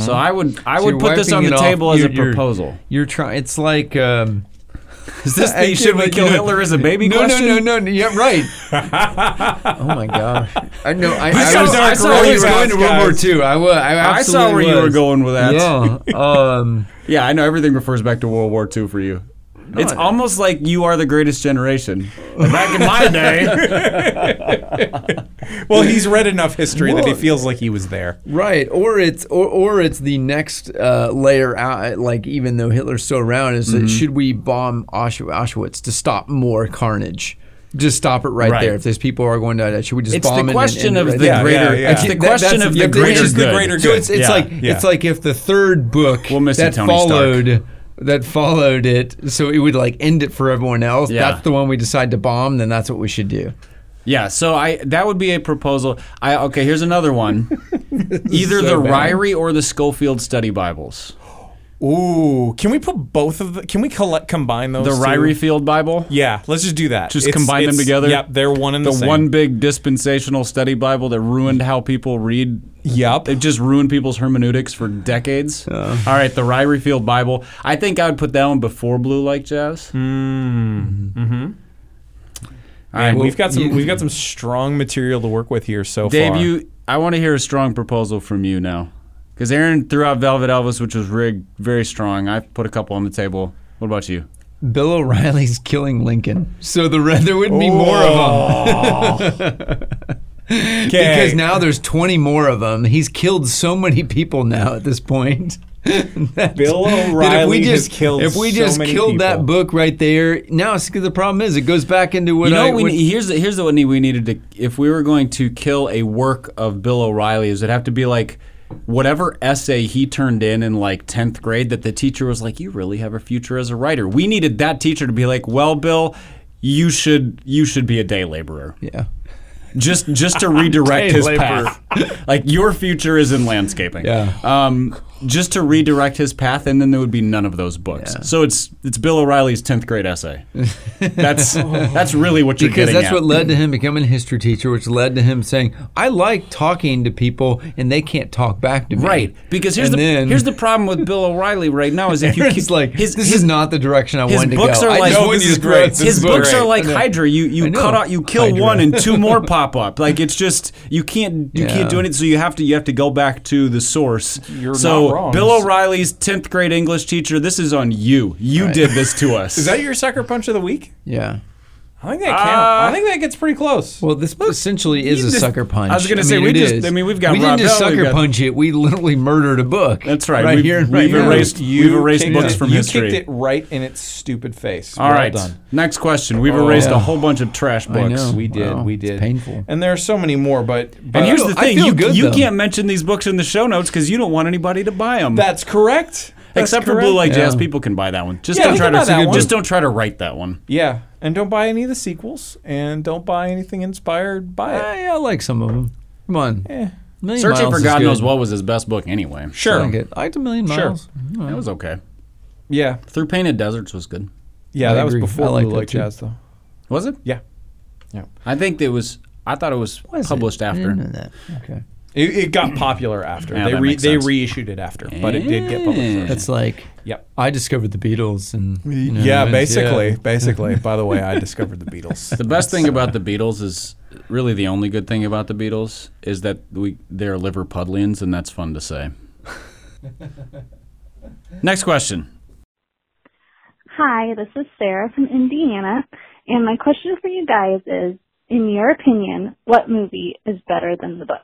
[SPEAKER 3] So I would I
[SPEAKER 4] Mm. Mm-hmm. So
[SPEAKER 3] would
[SPEAKER 4] you're
[SPEAKER 3] put this
[SPEAKER 4] wiping
[SPEAKER 3] on
[SPEAKER 4] it
[SPEAKER 3] the
[SPEAKER 4] off.
[SPEAKER 3] table as a
[SPEAKER 4] You're- you're- [laughs]
[SPEAKER 3] proposal.
[SPEAKER 4] You're trying. It's like. Um, [laughs]
[SPEAKER 3] Is this
[SPEAKER 4] I
[SPEAKER 3] the should we
[SPEAKER 4] can't-
[SPEAKER 3] kill
[SPEAKER 4] no.
[SPEAKER 3] Hitler as a baby
[SPEAKER 4] [laughs] no,
[SPEAKER 3] question?
[SPEAKER 4] no, no, no, no. Yeah,
[SPEAKER 3] [laughs]
[SPEAKER 4] right. oh my gosh. I know. I, I
[SPEAKER 3] saw-
[SPEAKER 4] was,
[SPEAKER 3] I
[SPEAKER 4] I
[SPEAKER 3] saw
[SPEAKER 4] saw
[SPEAKER 3] where
[SPEAKER 4] you
[SPEAKER 3] you
[SPEAKER 4] were
[SPEAKER 3] were
[SPEAKER 4] going to World
[SPEAKER 3] guys.
[SPEAKER 4] War II. I was. I,
[SPEAKER 3] I saw
[SPEAKER 4] absolutely
[SPEAKER 3] where you were
[SPEAKER 4] was.
[SPEAKER 3] going with that. [laughs]
[SPEAKER 4] Yeah. Um,
[SPEAKER 3] Yeah, I know everything refers back to World War II for you. It's almost like you are the greatest generation. Back in my day,
[SPEAKER 2] well, he's read enough history that he feels like he was there.
[SPEAKER 4] Right, or it's or, or it's the next uh, layer out. Like even though Hitler's still around, is
[SPEAKER 3] Mm-hmm.
[SPEAKER 4] that should we bomb Auschw- Auschwitz to stop more carnage? Just stop it right,
[SPEAKER 3] Right.
[SPEAKER 4] there. If there's people who are going to die, should we just
[SPEAKER 3] it's
[SPEAKER 4] bomb it? and-
[SPEAKER 3] the
[SPEAKER 4] and
[SPEAKER 3] question
[SPEAKER 4] end it
[SPEAKER 3] of
[SPEAKER 4] right
[SPEAKER 3] the
[SPEAKER 4] there?
[SPEAKER 2] yeah,
[SPEAKER 3] greater.
[SPEAKER 2] yeah.
[SPEAKER 3] It's the
[SPEAKER 4] That-
[SPEAKER 3] question
[SPEAKER 4] that's-
[SPEAKER 3] of
[SPEAKER 4] yeah,
[SPEAKER 3] the
[SPEAKER 4] that
[SPEAKER 3] greater
[SPEAKER 4] is the
[SPEAKER 3] good.
[SPEAKER 2] greater
[SPEAKER 4] So it's it's
[SPEAKER 2] Yeah,
[SPEAKER 4] like
[SPEAKER 2] yeah.
[SPEAKER 4] it's like if the third book
[SPEAKER 3] We'll miss you,
[SPEAKER 4] that
[SPEAKER 3] Tony Stark.
[SPEAKER 4] followed that followed it, so it would like end it for everyone else.
[SPEAKER 3] Yeah.
[SPEAKER 4] That's the one we decide to bomb. Then that's what we should do.
[SPEAKER 3] [laughs] Yeah, so I that would be a proposal. I okay, here's another one. Either
[SPEAKER 4] so
[SPEAKER 3] the
[SPEAKER 4] bad.
[SPEAKER 3] Ryrie or the Schofield Study Bibles.
[SPEAKER 2] Ooh, can we put both of the? Can we collect combine those?
[SPEAKER 3] The
[SPEAKER 2] two?
[SPEAKER 3] Ryrie Field Bible.
[SPEAKER 2] Yeah, let's just do that.
[SPEAKER 3] Just combine them together?
[SPEAKER 2] Yep, they're one and the,
[SPEAKER 3] The
[SPEAKER 2] same.
[SPEAKER 3] one big dispensational study Bible that ruined how people read.
[SPEAKER 2] Yep.
[SPEAKER 3] It just ruined people's hermeneutics for decades. All right, the Ryrie Field Bible. I think I would put that one before Blue Like Jazz.
[SPEAKER 2] Man,
[SPEAKER 4] well,
[SPEAKER 2] we've got some.
[SPEAKER 4] you-
[SPEAKER 2] We've got some strong material to work with here so
[SPEAKER 3] Dave,
[SPEAKER 2] far.
[SPEAKER 3] you, I want to hear a strong proposal from you now. Because Aaron threw out Velvet Elvis, which was rigged very strong. I put a couple on the table. What about you?
[SPEAKER 4] Bill O'Reilly's killing Lincoln. So the [laughs] red, there would be more
[SPEAKER 3] Oh.
[SPEAKER 4] of them
[SPEAKER 2] [laughs] Okay.
[SPEAKER 4] because now there's 20 more of them. He's killed so many people now at this point. [laughs] that
[SPEAKER 2] Bill
[SPEAKER 4] if
[SPEAKER 2] O'Reilly
[SPEAKER 4] we
[SPEAKER 2] has
[SPEAKER 4] just
[SPEAKER 2] killed.
[SPEAKER 4] if we
[SPEAKER 2] so
[SPEAKER 4] just
[SPEAKER 2] many
[SPEAKER 4] killed that
[SPEAKER 2] people.
[SPEAKER 4] book right there, now it's, the problem is it goes back into what
[SPEAKER 3] You know,
[SPEAKER 4] I
[SPEAKER 3] what we,
[SPEAKER 4] what-
[SPEAKER 3] ne- here's the, here's the one we needed to. If we were going to kill a work of Bill O'Reilly's, it'd have to be like whatever essay he turned in in like tenth grade that the teacher was like, "You really have a future as a writer." We needed that teacher to be like, "Well, Bill, you should you should be a day laborer."
[SPEAKER 4] yeah.
[SPEAKER 3] just
[SPEAKER 4] [laughs]
[SPEAKER 3] just to redirect
[SPEAKER 4] Day
[SPEAKER 3] his
[SPEAKER 4] laborer.
[SPEAKER 3] path. [laughs] like your future is in landscaping.
[SPEAKER 4] Yeah.
[SPEAKER 3] Um, just to redirect his path, and then there would be none of those books. So it's it's Bill O'Reilly's tenth grade
[SPEAKER 4] [laughs]
[SPEAKER 3] essay. That's that's really what you're
[SPEAKER 4] Because
[SPEAKER 3] getting
[SPEAKER 4] that's
[SPEAKER 3] at.
[SPEAKER 4] what led to him becoming a history teacher, which led to him saying, "I like talking to people, and they can't talk back to me."
[SPEAKER 3] Right, because here's
[SPEAKER 4] And
[SPEAKER 3] the
[SPEAKER 4] then- [laughs]
[SPEAKER 3] here's the problem with Bill O'Reilly right now is if you
[SPEAKER 4] He's
[SPEAKER 3] keep-
[SPEAKER 4] like,
[SPEAKER 3] his,
[SPEAKER 4] "This
[SPEAKER 3] his-
[SPEAKER 4] is not the direction I
[SPEAKER 3] his
[SPEAKER 4] wanted to go."
[SPEAKER 3] books are
[SPEAKER 4] I
[SPEAKER 3] like-
[SPEAKER 4] just
[SPEAKER 3] No,
[SPEAKER 4] wanted
[SPEAKER 2] this
[SPEAKER 4] to
[SPEAKER 2] is
[SPEAKER 4] grow
[SPEAKER 2] great.
[SPEAKER 4] up this
[SPEAKER 3] his
[SPEAKER 4] book."
[SPEAKER 3] books are like
[SPEAKER 4] [laughs] I know.
[SPEAKER 3] Hydra. You
[SPEAKER 4] I
[SPEAKER 3] you
[SPEAKER 4] know.
[SPEAKER 3] cut out, you kill
[SPEAKER 4] Hydra.
[SPEAKER 3] one and
[SPEAKER 4] [laughs]
[SPEAKER 3] two more pop up. Like it's just you can't you
[SPEAKER 4] Yeah.
[SPEAKER 3] can't do anything. So you have to you have to go back to the source.
[SPEAKER 2] You're
[SPEAKER 3] so
[SPEAKER 2] not wrong.
[SPEAKER 3] Bill O'Reilly's tenth grade English teacher. This is on you. You did this
[SPEAKER 4] [laughs]
[SPEAKER 3] to us.
[SPEAKER 2] Is that your sucker punch of the week?
[SPEAKER 4] Yeah.
[SPEAKER 2] I think that counts.
[SPEAKER 3] Uh,
[SPEAKER 2] I think that gets pretty close.
[SPEAKER 4] Well, this essentially is
[SPEAKER 3] you
[SPEAKER 4] a
[SPEAKER 3] just-
[SPEAKER 4] sucker punch.
[SPEAKER 3] I was gonna say,
[SPEAKER 4] mean,
[SPEAKER 3] we
[SPEAKER 4] it
[SPEAKER 3] just- I mean, we've got
[SPEAKER 4] we
[SPEAKER 3] Rob
[SPEAKER 4] didn't just
[SPEAKER 3] Bell, we've
[SPEAKER 4] sucker
[SPEAKER 3] got-
[SPEAKER 4] punch it. We literally murdered a book.
[SPEAKER 3] That's right.
[SPEAKER 4] Right
[SPEAKER 3] We've-
[SPEAKER 4] here, and right
[SPEAKER 3] we've
[SPEAKER 4] now.
[SPEAKER 3] erased- we've erased
[SPEAKER 2] kicked
[SPEAKER 3] books
[SPEAKER 2] it-
[SPEAKER 3] from
[SPEAKER 2] you
[SPEAKER 3] history.
[SPEAKER 2] kicked it right in its stupid face.
[SPEAKER 3] All
[SPEAKER 2] well
[SPEAKER 3] right.
[SPEAKER 2] done.
[SPEAKER 3] Next question. We've erased
[SPEAKER 4] Oh. yeah.
[SPEAKER 3] a whole bunch of trash books.
[SPEAKER 4] know.
[SPEAKER 2] We did.
[SPEAKER 4] Wow,
[SPEAKER 2] we
[SPEAKER 4] it's
[SPEAKER 2] did.
[SPEAKER 4] painful.
[SPEAKER 2] And there are so many more, but, but
[SPEAKER 3] And here's the
[SPEAKER 4] I
[SPEAKER 3] thing:
[SPEAKER 4] feel
[SPEAKER 3] you,
[SPEAKER 4] good,
[SPEAKER 3] you
[SPEAKER 4] though.
[SPEAKER 3] can't mention these books in the show notes because you don't want anybody to buy them.
[SPEAKER 2] that's correct. That's
[SPEAKER 3] Except for
[SPEAKER 2] correct.
[SPEAKER 3] Blue Light Jazz,
[SPEAKER 4] Yeah.
[SPEAKER 3] people can buy that one. Just
[SPEAKER 2] Yeah,
[SPEAKER 3] don't
[SPEAKER 2] they
[SPEAKER 3] try
[SPEAKER 2] can
[SPEAKER 3] to
[SPEAKER 2] buy that one.
[SPEAKER 3] just don't try to write that one.
[SPEAKER 2] Yeah, and don't buy any of the sequels, and don't buy anything inspired by it.
[SPEAKER 4] I, I like some of them. Come on. Million
[SPEAKER 3] Eh. Searching
[SPEAKER 4] Miles
[SPEAKER 3] for
[SPEAKER 4] is
[SPEAKER 3] God
[SPEAKER 4] good.
[SPEAKER 3] knows what was his best book anyway.
[SPEAKER 4] I
[SPEAKER 2] Sure.
[SPEAKER 4] like it. I liked a million
[SPEAKER 2] Sure.
[SPEAKER 4] miles.
[SPEAKER 3] That was okay.
[SPEAKER 2] Yeah,
[SPEAKER 3] Through Painted Deserts was good.
[SPEAKER 2] yeah.
[SPEAKER 4] I
[SPEAKER 2] that
[SPEAKER 4] agree.
[SPEAKER 2] was before
[SPEAKER 4] I like
[SPEAKER 2] Blue
[SPEAKER 4] that
[SPEAKER 2] Light
[SPEAKER 4] too.
[SPEAKER 2] Jazz, though.
[SPEAKER 3] Was it?
[SPEAKER 2] Yeah,
[SPEAKER 3] I think it was. I thought it was
[SPEAKER 4] What is it?
[SPEAKER 3] published
[SPEAKER 4] I
[SPEAKER 3] after.
[SPEAKER 4] didn't know that. Okay.
[SPEAKER 2] it, it
[SPEAKER 4] [clears throat]
[SPEAKER 2] got popular after
[SPEAKER 3] Yeah,
[SPEAKER 2] they
[SPEAKER 3] that
[SPEAKER 2] re,
[SPEAKER 3] makes
[SPEAKER 2] they
[SPEAKER 3] sense.
[SPEAKER 2] reissued it after, but it did get published.
[SPEAKER 3] Yeah.
[SPEAKER 2] first.
[SPEAKER 4] That's like
[SPEAKER 2] Yep.
[SPEAKER 4] I discovered the Beatles and you know,
[SPEAKER 2] yeah,
[SPEAKER 4] it's-
[SPEAKER 2] basically,
[SPEAKER 4] [laughs]
[SPEAKER 2] basically. By the way, I discovered the Beatles.
[SPEAKER 3] The best thing about the Beatles is really the only good thing about the Beatles is that we they're Liverpudlians, and that's fun to say. [laughs] Next question.
[SPEAKER 6] Hi, this is Sarah from Indiana, and my question for you guys is, in your opinion, what movie is better than the book?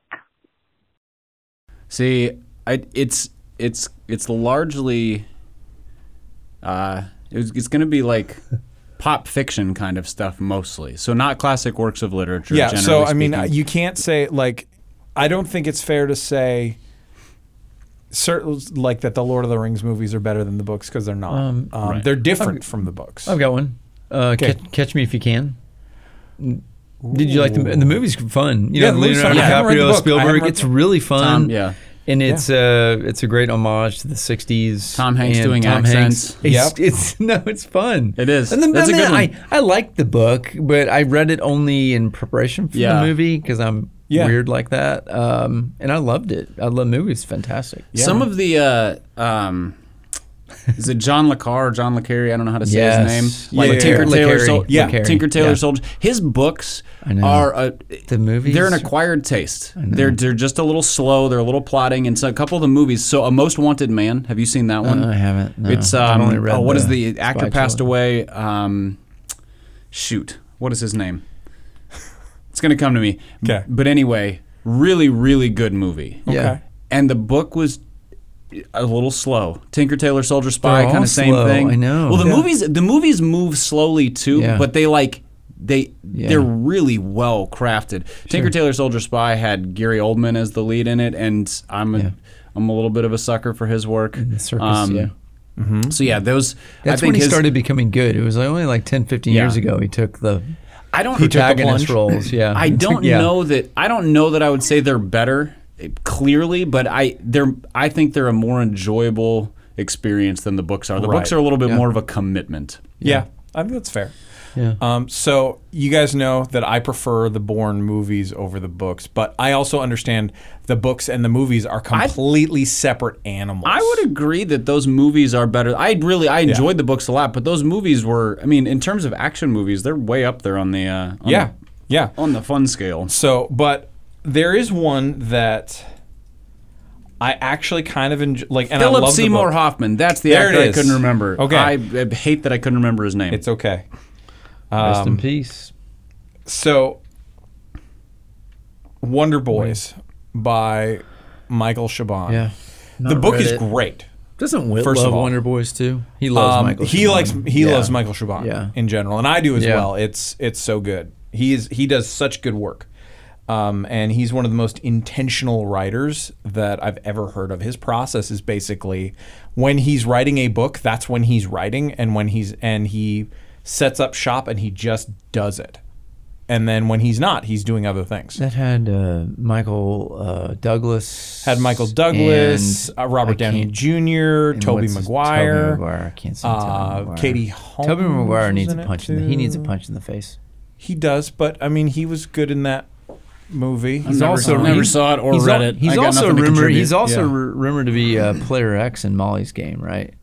[SPEAKER 3] See, I, it's it's it's largely uh, it's, it's going to be
[SPEAKER 2] [laughs]
[SPEAKER 3] like pop fiction kind of stuff mostly. So not classic works of literature.
[SPEAKER 2] yeah.
[SPEAKER 3] generally
[SPEAKER 2] So I mean,
[SPEAKER 3] speaking.
[SPEAKER 2] uh, you can't say like, I don't think it's fair to say. Certain, like that, the Lord of the Rings movies are better than the books because they're not. Um,
[SPEAKER 4] Um,
[SPEAKER 3] right.
[SPEAKER 2] They're different from the books.
[SPEAKER 4] I've got one. Uh, catch, catch me if you can. Did you like the the movie's fun? You
[SPEAKER 2] Yeah,
[SPEAKER 4] know,
[SPEAKER 2] the movie's
[SPEAKER 4] Leonardo
[SPEAKER 2] fun. I haven't read the book.
[SPEAKER 4] DiCaprio,
[SPEAKER 2] I haven't
[SPEAKER 4] Spielberg.
[SPEAKER 2] read
[SPEAKER 4] It's
[SPEAKER 2] the
[SPEAKER 4] really fun.
[SPEAKER 3] Tom- yeah.
[SPEAKER 4] And it's uh, it's a great homage to the '60s.
[SPEAKER 3] Tom Hanks
[SPEAKER 4] and
[SPEAKER 3] doing
[SPEAKER 4] Tom
[SPEAKER 3] accents.
[SPEAKER 4] Hanks. It's,
[SPEAKER 2] Yep.
[SPEAKER 4] it's [laughs] no, it's fun.
[SPEAKER 3] It is.
[SPEAKER 4] And then,
[SPEAKER 3] That's a
[SPEAKER 4] and
[SPEAKER 3] good
[SPEAKER 4] then
[SPEAKER 3] one.
[SPEAKER 4] I I liked the book, but I read it only in preparation for
[SPEAKER 3] Yeah.
[SPEAKER 4] the movie because I'm
[SPEAKER 2] Yeah.
[SPEAKER 4] weird like that. Um, and I loved it. I love movies. Fantastic.
[SPEAKER 3] Some of the uh, um, is it John Le Carre or John Le Carre? I don't know how to say
[SPEAKER 4] Yes.
[SPEAKER 3] his name.
[SPEAKER 4] Yeah,
[SPEAKER 3] Like
[SPEAKER 4] yeah,
[SPEAKER 3] Tinker
[SPEAKER 4] yeah.
[SPEAKER 3] Taylor
[SPEAKER 4] Le Carre,
[SPEAKER 3] Soldier.
[SPEAKER 4] Le
[SPEAKER 3] Yeah,
[SPEAKER 4] Carre,
[SPEAKER 3] Tinker Taylor
[SPEAKER 4] yeah.
[SPEAKER 3] Soldier. His books
[SPEAKER 4] I know.
[SPEAKER 3] are a,
[SPEAKER 4] The movies
[SPEAKER 3] They're an
[SPEAKER 4] are-
[SPEAKER 3] acquired taste. They're they're just a little slow. They're a little plotting. And so a couple of the movies. So a Most Wanted Man. Have you seen that one?
[SPEAKER 4] Uh, I haven't, no.
[SPEAKER 3] It's
[SPEAKER 4] I've
[SPEAKER 3] um,
[SPEAKER 4] only read
[SPEAKER 3] oh, what is
[SPEAKER 4] the
[SPEAKER 3] the actor
[SPEAKER 4] Spy
[SPEAKER 3] passed
[SPEAKER 4] Killer.
[SPEAKER 3] away? Um, shoot, what is his name? It's gonna come to me.
[SPEAKER 2] 'Kay.
[SPEAKER 3] But anyway, really, really good movie
[SPEAKER 2] Okay.
[SPEAKER 4] Yeah.
[SPEAKER 3] and the book was a little slow. Tinker Tailor Soldier Spy
[SPEAKER 4] They're all
[SPEAKER 3] kind of same
[SPEAKER 4] slow,
[SPEAKER 3] thing.
[SPEAKER 4] I know.
[SPEAKER 3] Well, the
[SPEAKER 4] Yeah.
[SPEAKER 3] movies the movies move slowly too,
[SPEAKER 4] Yeah.
[SPEAKER 3] but they like they
[SPEAKER 4] Yeah.
[SPEAKER 3] they're really well crafted. Tinker Tailor Soldier Spy had Gary Oldman as the lead in it, and I'm a,
[SPEAKER 4] Yeah.
[SPEAKER 3] am a little bit of a sucker for his work.
[SPEAKER 4] The circus.
[SPEAKER 3] Um,
[SPEAKER 4] yeah. Mm-hmm.
[SPEAKER 3] So yeah, those. I
[SPEAKER 4] That's
[SPEAKER 3] think
[SPEAKER 4] when he
[SPEAKER 3] his-
[SPEAKER 4] started becoming good. It was only like 10, 15
[SPEAKER 3] Yeah.
[SPEAKER 4] years ago. He took the
[SPEAKER 3] I don't
[SPEAKER 4] protagonist roles. Yeah.
[SPEAKER 3] [laughs] I don't
[SPEAKER 4] Yeah.
[SPEAKER 3] know that I don't know that I would say they're better eh, clearly, but I they're I think they're a more enjoyable experience than the books are. The
[SPEAKER 2] Right.
[SPEAKER 3] books are a little bit
[SPEAKER 4] Yeah.
[SPEAKER 3] more of a commitment.
[SPEAKER 2] Yeah, I think that's fair.
[SPEAKER 4] Yeah.
[SPEAKER 2] Um, so you guys know that I prefer the Bourne movies over the books, but I also understand the books and the movies are completely separate animals.
[SPEAKER 3] I would agree that those movies are better. I really I enjoyed the books a lot, but those movies were I mean, in terms of action movies, they're way up there on the uh, on
[SPEAKER 2] Yeah, yeah.
[SPEAKER 3] the, on the fun scale.
[SPEAKER 2] So, but there is one that I actually kind of enjoy. Like, and I
[SPEAKER 3] Philip
[SPEAKER 2] love the
[SPEAKER 3] Seymour
[SPEAKER 2] book.
[SPEAKER 3] Hoffman. That's the
[SPEAKER 2] There it
[SPEAKER 3] actor I
[SPEAKER 2] is.
[SPEAKER 3] couldn't remember.
[SPEAKER 2] Okay.
[SPEAKER 3] I, I hate that I couldn't remember his name.
[SPEAKER 2] It's okay.
[SPEAKER 4] Rest
[SPEAKER 2] Um,
[SPEAKER 4] in peace.
[SPEAKER 2] So, Wonder Boys by Michael Chabon.
[SPEAKER 4] Yeah.
[SPEAKER 2] the book is great.
[SPEAKER 4] Doesn't Will
[SPEAKER 2] First of
[SPEAKER 4] love
[SPEAKER 2] all.
[SPEAKER 4] Wonder Boys too? He loves
[SPEAKER 2] Um,
[SPEAKER 4] Michael.
[SPEAKER 2] he
[SPEAKER 4] Chabon.
[SPEAKER 2] likes he
[SPEAKER 4] Yeah.
[SPEAKER 2] loves Michael Chabon
[SPEAKER 4] Yeah.
[SPEAKER 2] in general, and I do as
[SPEAKER 4] Yeah.
[SPEAKER 2] well. It's it's so good. He is he does such good work, um, and he's one of the most intentional writers that I've ever heard of. His process is basically when he's writing a book, that's when he's writing, and when he's and he sets up shop and he just does it, and then when he's not, he's doing other things.
[SPEAKER 4] That had uh, Michael uh, Douglas.
[SPEAKER 2] Had Michael Douglas,
[SPEAKER 4] and
[SPEAKER 2] uh, Robert
[SPEAKER 4] I can't-
[SPEAKER 2] Downey Jr.,
[SPEAKER 4] and
[SPEAKER 2] Toby
[SPEAKER 4] what's his-
[SPEAKER 2] Maguire,
[SPEAKER 4] Tobey Maguire. I can't see
[SPEAKER 2] uh,
[SPEAKER 4] Tobey Maguire.
[SPEAKER 2] Katie Holmes.
[SPEAKER 4] Tobey Maguire needs
[SPEAKER 2] was
[SPEAKER 4] a
[SPEAKER 2] in
[SPEAKER 4] punch.
[SPEAKER 2] it
[SPEAKER 4] In the, he needs a
[SPEAKER 2] too.
[SPEAKER 4] punch in the face.
[SPEAKER 2] He does, but I mean, he was good in that movie.
[SPEAKER 3] I've never,
[SPEAKER 4] also-
[SPEAKER 3] never
[SPEAKER 4] he's-
[SPEAKER 3] saw it or
[SPEAKER 4] he's
[SPEAKER 3] read
[SPEAKER 4] al-
[SPEAKER 3] it. I
[SPEAKER 4] He's
[SPEAKER 3] got
[SPEAKER 4] also
[SPEAKER 3] nothing to
[SPEAKER 4] rumored.
[SPEAKER 3] contribute.
[SPEAKER 4] He's also
[SPEAKER 3] Yeah.
[SPEAKER 4] ru- rumored to be uh, player X in Molly's game, right?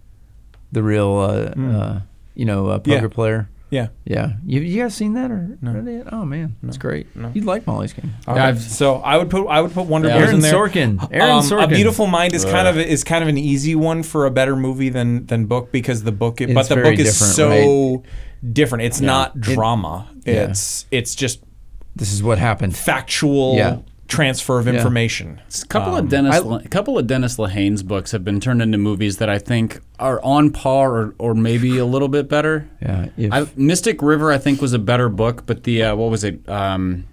[SPEAKER 4] The real, uh, uh, you know, uh, poker
[SPEAKER 2] Hmm. Yeah.
[SPEAKER 4] player.
[SPEAKER 2] yeah.
[SPEAKER 4] Yeah, you, you guys seen that or read it? Oh man, it's great. You'd like Molly's game.
[SPEAKER 2] Okay.
[SPEAKER 3] I've-
[SPEAKER 2] so I would put I would put Wonder
[SPEAKER 3] Yeah.
[SPEAKER 2] Boys
[SPEAKER 4] Aaron
[SPEAKER 2] in there.
[SPEAKER 4] Sorkin. Aaron
[SPEAKER 2] Um, A
[SPEAKER 4] Sorkin.
[SPEAKER 2] Beautiful Mind is kind of is kind of an easy one for a better movie than than book because the book it, but
[SPEAKER 4] It's
[SPEAKER 2] the
[SPEAKER 4] very
[SPEAKER 2] book is
[SPEAKER 4] different,
[SPEAKER 2] so different. It's not drama.
[SPEAKER 4] yeah.
[SPEAKER 2] It's it's just
[SPEAKER 4] This is what happened.
[SPEAKER 2] factual
[SPEAKER 4] Yeah.
[SPEAKER 2] transfer of information.
[SPEAKER 3] A couple
[SPEAKER 4] Um,
[SPEAKER 3] of Dennis, La- couple of Dennis Lehane's books have been turned into movies that I think are on par or, or maybe a little bit better.
[SPEAKER 4] Yeah, if
[SPEAKER 3] I, Mystic River, I think, was a better book, but the uh, what was it? Um,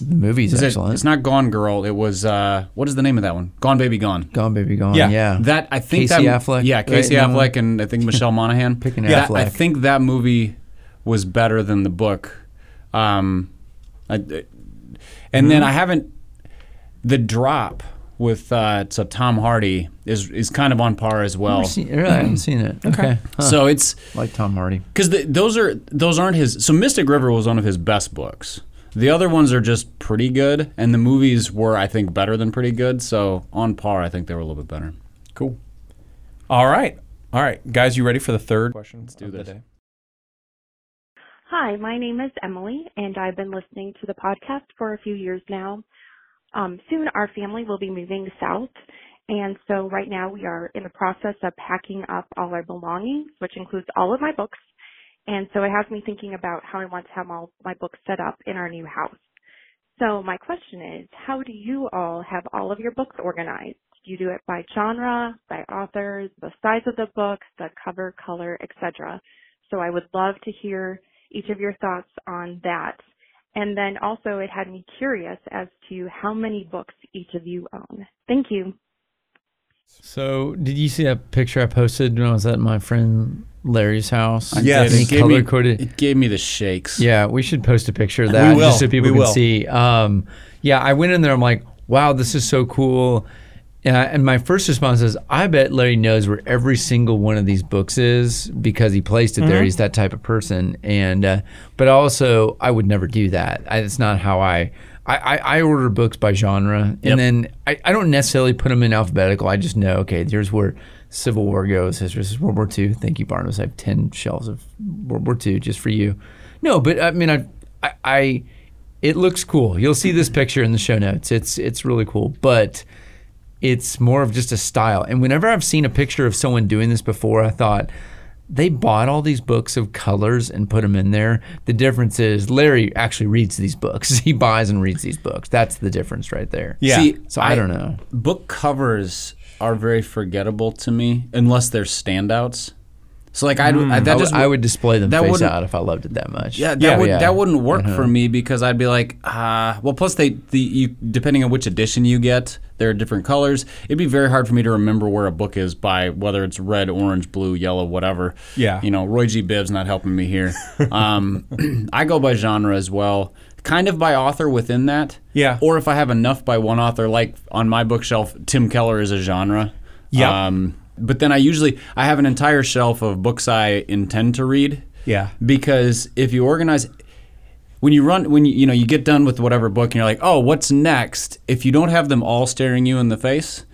[SPEAKER 4] the movie's
[SPEAKER 3] is it-
[SPEAKER 4] excellent.
[SPEAKER 3] It's not Gone Girl. It was uh, what is the name of that one? Gone Baby Gone.
[SPEAKER 4] Gone Baby Gone.
[SPEAKER 2] Yeah,
[SPEAKER 4] Yeah,
[SPEAKER 3] That I think
[SPEAKER 4] Casey
[SPEAKER 3] that
[SPEAKER 4] Affleck,
[SPEAKER 3] Yeah,
[SPEAKER 4] right?
[SPEAKER 3] Casey
[SPEAKER 4] No.
[SPEAKER 3] Affleck and I think Michelle Monaghan.
[SPEAKER 4] Picking
[SPEAKER 3] That- I
[SPEAKER 4] Affleck.
[SPEAKER 3] think that movie was better than the book. Um, I, and then
[SPEAKER 4] Hmm.
[SPEAKER 3] I haven't the drop with uh, so Tom Hardy is is kind of on par as
[SPEAKER 4] I've
[SPEAKER 3] well.
[SPEAKER 4] never seen- really, I [clears throat] haven't seen it. Okay, Huh.
[SPEAKER 3] So it's
[SPEAKER 4] like Tom Hardy.
[SPEAKER 3] because those are those aren't his. So Mystic River was one of his best books. The other ones are just pretty good, and the movies were I think better than pretty good. So on par, I think they were a little bit better.
[SPEAKER 2] Cool. All right. All right, guys, you ready for the third question? Let's
[SPEAKER 3] do
[SPEAKER 2] of the
[SPEAKER 3] this.
[SPEAKER 2] day.
[SPEAKER 6] Hi, my name is Emily, and I've been listening to the podcast for a few years now. Um, soon, our family will be moving south, and so right now we are in the process of packing up all our belongings, which includes all of my books. And so it has me thinking about how I want to have all my books set up in our new house. So my question is, how do you all have all of your books organized? Do you do it by genre, by authors, the size of the books, the cover, color, etc.? So I would love to hear each of your thoughts on that. And then also it had me curious as to how many books each of you own. Thank you.
[SPEAKER 4] So, did you see that picture I posted when I was at my friend Larry's house?
[SPEAKER 2] Yes.
[SPEAKER 4] And he
[SPEAKER 3] it gave,
[SPEAKER 4] color
[SPEAKER 3] me,
[SPEAKER 4] coded.
[SPEAKER 3] it gave me the shakes.
[SPEAKER 4] Yeah, we should post a picture of that
[SPEAKER 2] will.
[SPEAKER 4] just so people
[SPEAKER 2] We
[SPEAKER 4] can
[SPEAKER 2] will.
[SPEAKER 4] see. Um, yeah, I went in there. I'm like, wow, this is so cool. And, I, and my first response is, I bet Larry knows where every single one of these books is because he placed it there. He's that type of person. And uh, but also, I would never do that. I, it's not how I. I, I, I order books by genre, and then I, I don't necessarily put them in alphabetical. I just know, okay, here's where Civil War goes. Here's where World War II. Thank you, Barnabas. I have ten shelves of World War II just for you. No, but I mean, I, I, I it looks cool. You'll see this picture in the show notes. It's it's really cool, but it's more of just a style. And whenever I've seen a picture of someone doing this before, I thought they bought all these books of colors and put them in there. The difference is Larry actually reads these books. [laughs] He buys and reads these books. That's the difference right there.
[SPEAKER 2] Yeah.
[SPEAKER 3] See,
[SPEAKER 4] So I, don't know.
[SPEAKER 3] Book covers are very forgettable to me unless they're standouts. So like I'd, I
[SPEAKER 4] Hmm. I
[SPEAKER 3] that
[SPEAKER 4] would-
[SPEAKER 3] just
[SPEAKER 4] I would display them
[SPEAKER 3] that
[SPEAKER 4] face
[SPEAKER 3] wouldn't-
[SPEAKER 4] out if I loved it that much.
[SPEAKER 3] Yeah, that
[SPEAKER 2] Yeah.
[SPEAKER 3] would
[SPEAKER 4] Yeah.
[SPEAKER 3] that wouldn't work for me because I'd be like, ah, well. Plus, they the you, depending on which edition you get, there are different colors. It'd be very hard for me to remember where a book is by whether it's red, orange, blue, yellow, whatever.
[SPEAKER 2] Yeah.
[SPEAKER 3] you know, Roy G. Bibb's not helping
[SPEAKER 2] [laughs]
[SPEAKER 3] me here. um, [clears throat] I go by genre as well, kind of by author within that.
[SPEAKER 2] Yeah.
[SPEAKER 3] or if I have enough by one author, like on my bookshelf, Tim Keller is a genre.
[SPEAKER 2] Yep.
[SPEAKER 3] Um, But then I usually I have an entire shelf of books I intend to read.
[SPEAKER 2] Yeah.
[SPEAKER 3] Because if you organize when you run when you you know you get done with whatever book and you're like, "Oh, what's next?" If you don't have them all staring you in the face,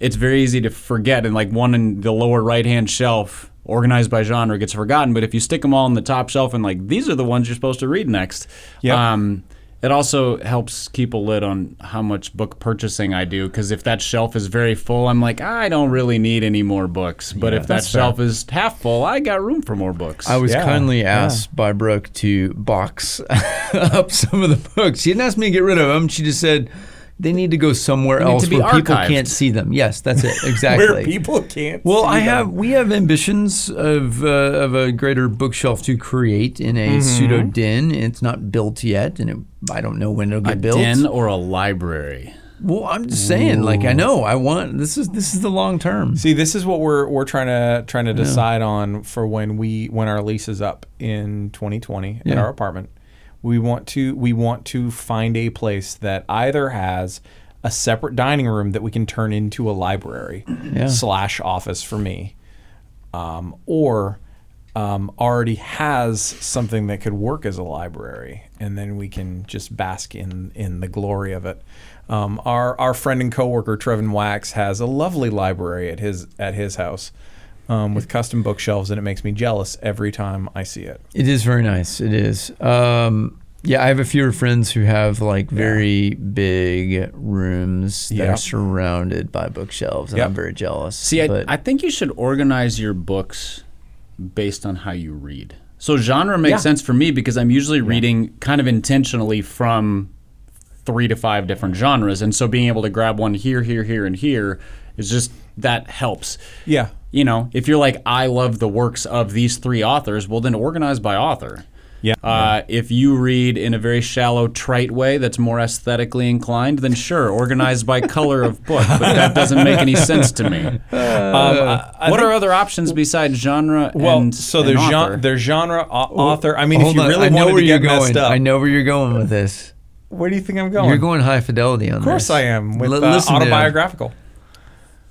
[SPEAKER 3] it's very easy to forget and like one in the lower right-hand shelf organized by genre gets forgotten, but if you stick them all in the top shelf and like these are the ones you're supposed to read next.
[SPEAKER 2] Yep.
[SPEAKER 3] Um it also helps keep a lid on how much book purchasing I do because if that shelf is very full, I'm like, I don't really need any more books. But if that
[SPEAKER 2] that's fair.
[SPEAKER 3] shelf is half full, I got room for more books.
[SPEAKER 4] I was
[SPEAKER 2] Yeah,
[SPEAKER 4] kindly
[SPEAKER 2] yeah.
[SPEAKER 4] asked by Brooke to box [laughs] up some of the books. She didn't ask me to get rid of them. She just said they need to go somewhere
[SPEAKER 3] need
[SPEAKER 4] else
[SPEAKER 3] to be
[SPEAKER 4] where people
[SPEAKER 3] archived.
[SPEAKER 4] can't see them. Yes, that's it. Exactly.
[SPEAKER 2] Where people can't.
[SPEAKER 4] Well,
[SPEAKER 2] see
[SPEAKER 4] I
[SPEAKER 2] them.
[SPEAKER 4] have we have ambitions of uh, of a greater bookshelf to create in a pseudo den. It's not built yet, and it, I don't know when it'll get
[SPEAKER 3] a
[SPEAKER 4] built.
[SPEAKER 3] den or a library.
[SPEAKER 4] Well, I'm just saying, like I know I want this is this is the long term.
[SPEAKER 2] See, this is what we're we're trying to trying to decide on for when we when our lease is up in 2020 in
[SPEAKER 4] Yeah.
[SPEAKER 2] our apartment. We want to we want to find a place that either has a separate dining room that we can turn into a library slash office for me, um, or um, already has something that could work as a library, and then we can just bask in in the glory of it. Um, our our friend and coworker Trevin Wax has a lovely library at his at his house um, with custom bookshelves, and it makes me jealous every time I see it.
[SPEAKER 4] It is very nice. It is. Um, yeah, I have a few friends who have like very big rooms that
[SPEAKER 2] Yeah.
[SPEAKER 4] are surrounded by bookshelves, and
[SPEAKER 2] Yep.
[SPEAKER 4] I'm very jealous.
[SPEAKER 3] See, I,
[SPEAKER 4] but-
[SPEAKER 3] I think you should organize your books based on how you read. So genre makes
[SPEAKER 2] Yeah.
[SPEAKER 3] sense for me because I'm usually reading kind of intentionally from three to five different genres, and so being able to grab one here, here, here, and here is just that helps.
[SPEAKER 2] Yeah,
[SPEAKER 3] You know, if you're like, I love the works of these three authors, well, then organize by author.
[SPEAKER 2] yeah.
[SPEAKER 3] Uh, if you read in a very shallow, trite way that's more aesthetically inclined, then sure, organize by color of book, but that doesn't make any sense to
[SPEAKER 4] [laughs]
[SPEAKER 3] me. Um,
[SPEAKER 2] Uh,
[SPEAKER 3] uh, what are other options besides genre?
[SPEAKER 2] well,
[SPEAKER 3] and,
[SPEAKER 2] so
[SPEAKER 3] and
[SPEAKER 2] there's
[SPEAKER 3] author?
[SPEAKER 2] genre, there's genre au- author. I mean, if
[SPEAKER 4] Hold
[SPEAKER 2] you
[SPEAKER 4] on,
[SPEAKER 2] really
[SPEAKER 4] I know
[SPEAKER 2] wanted
[SPEAKER 4] where
[SPEAKER 2] to
[SPEAKER 4] you're
[SPEAKER 2] get
[SPEAKER 4] going.
[SPEAKER 2] messed up,
[SPEAKER 4] I know where you're going with this.
[SPEAKER 2] where do you think I'm going?
[SPEAKER 4] You're going high fidelity on this.
[SPEAKER 2] of course, I am with
[SPEAKER 4] Li-
[SPEAKER 2] uh,
[SPEAKER 4] listen to him.
[SPEAKER 2] autobiographical.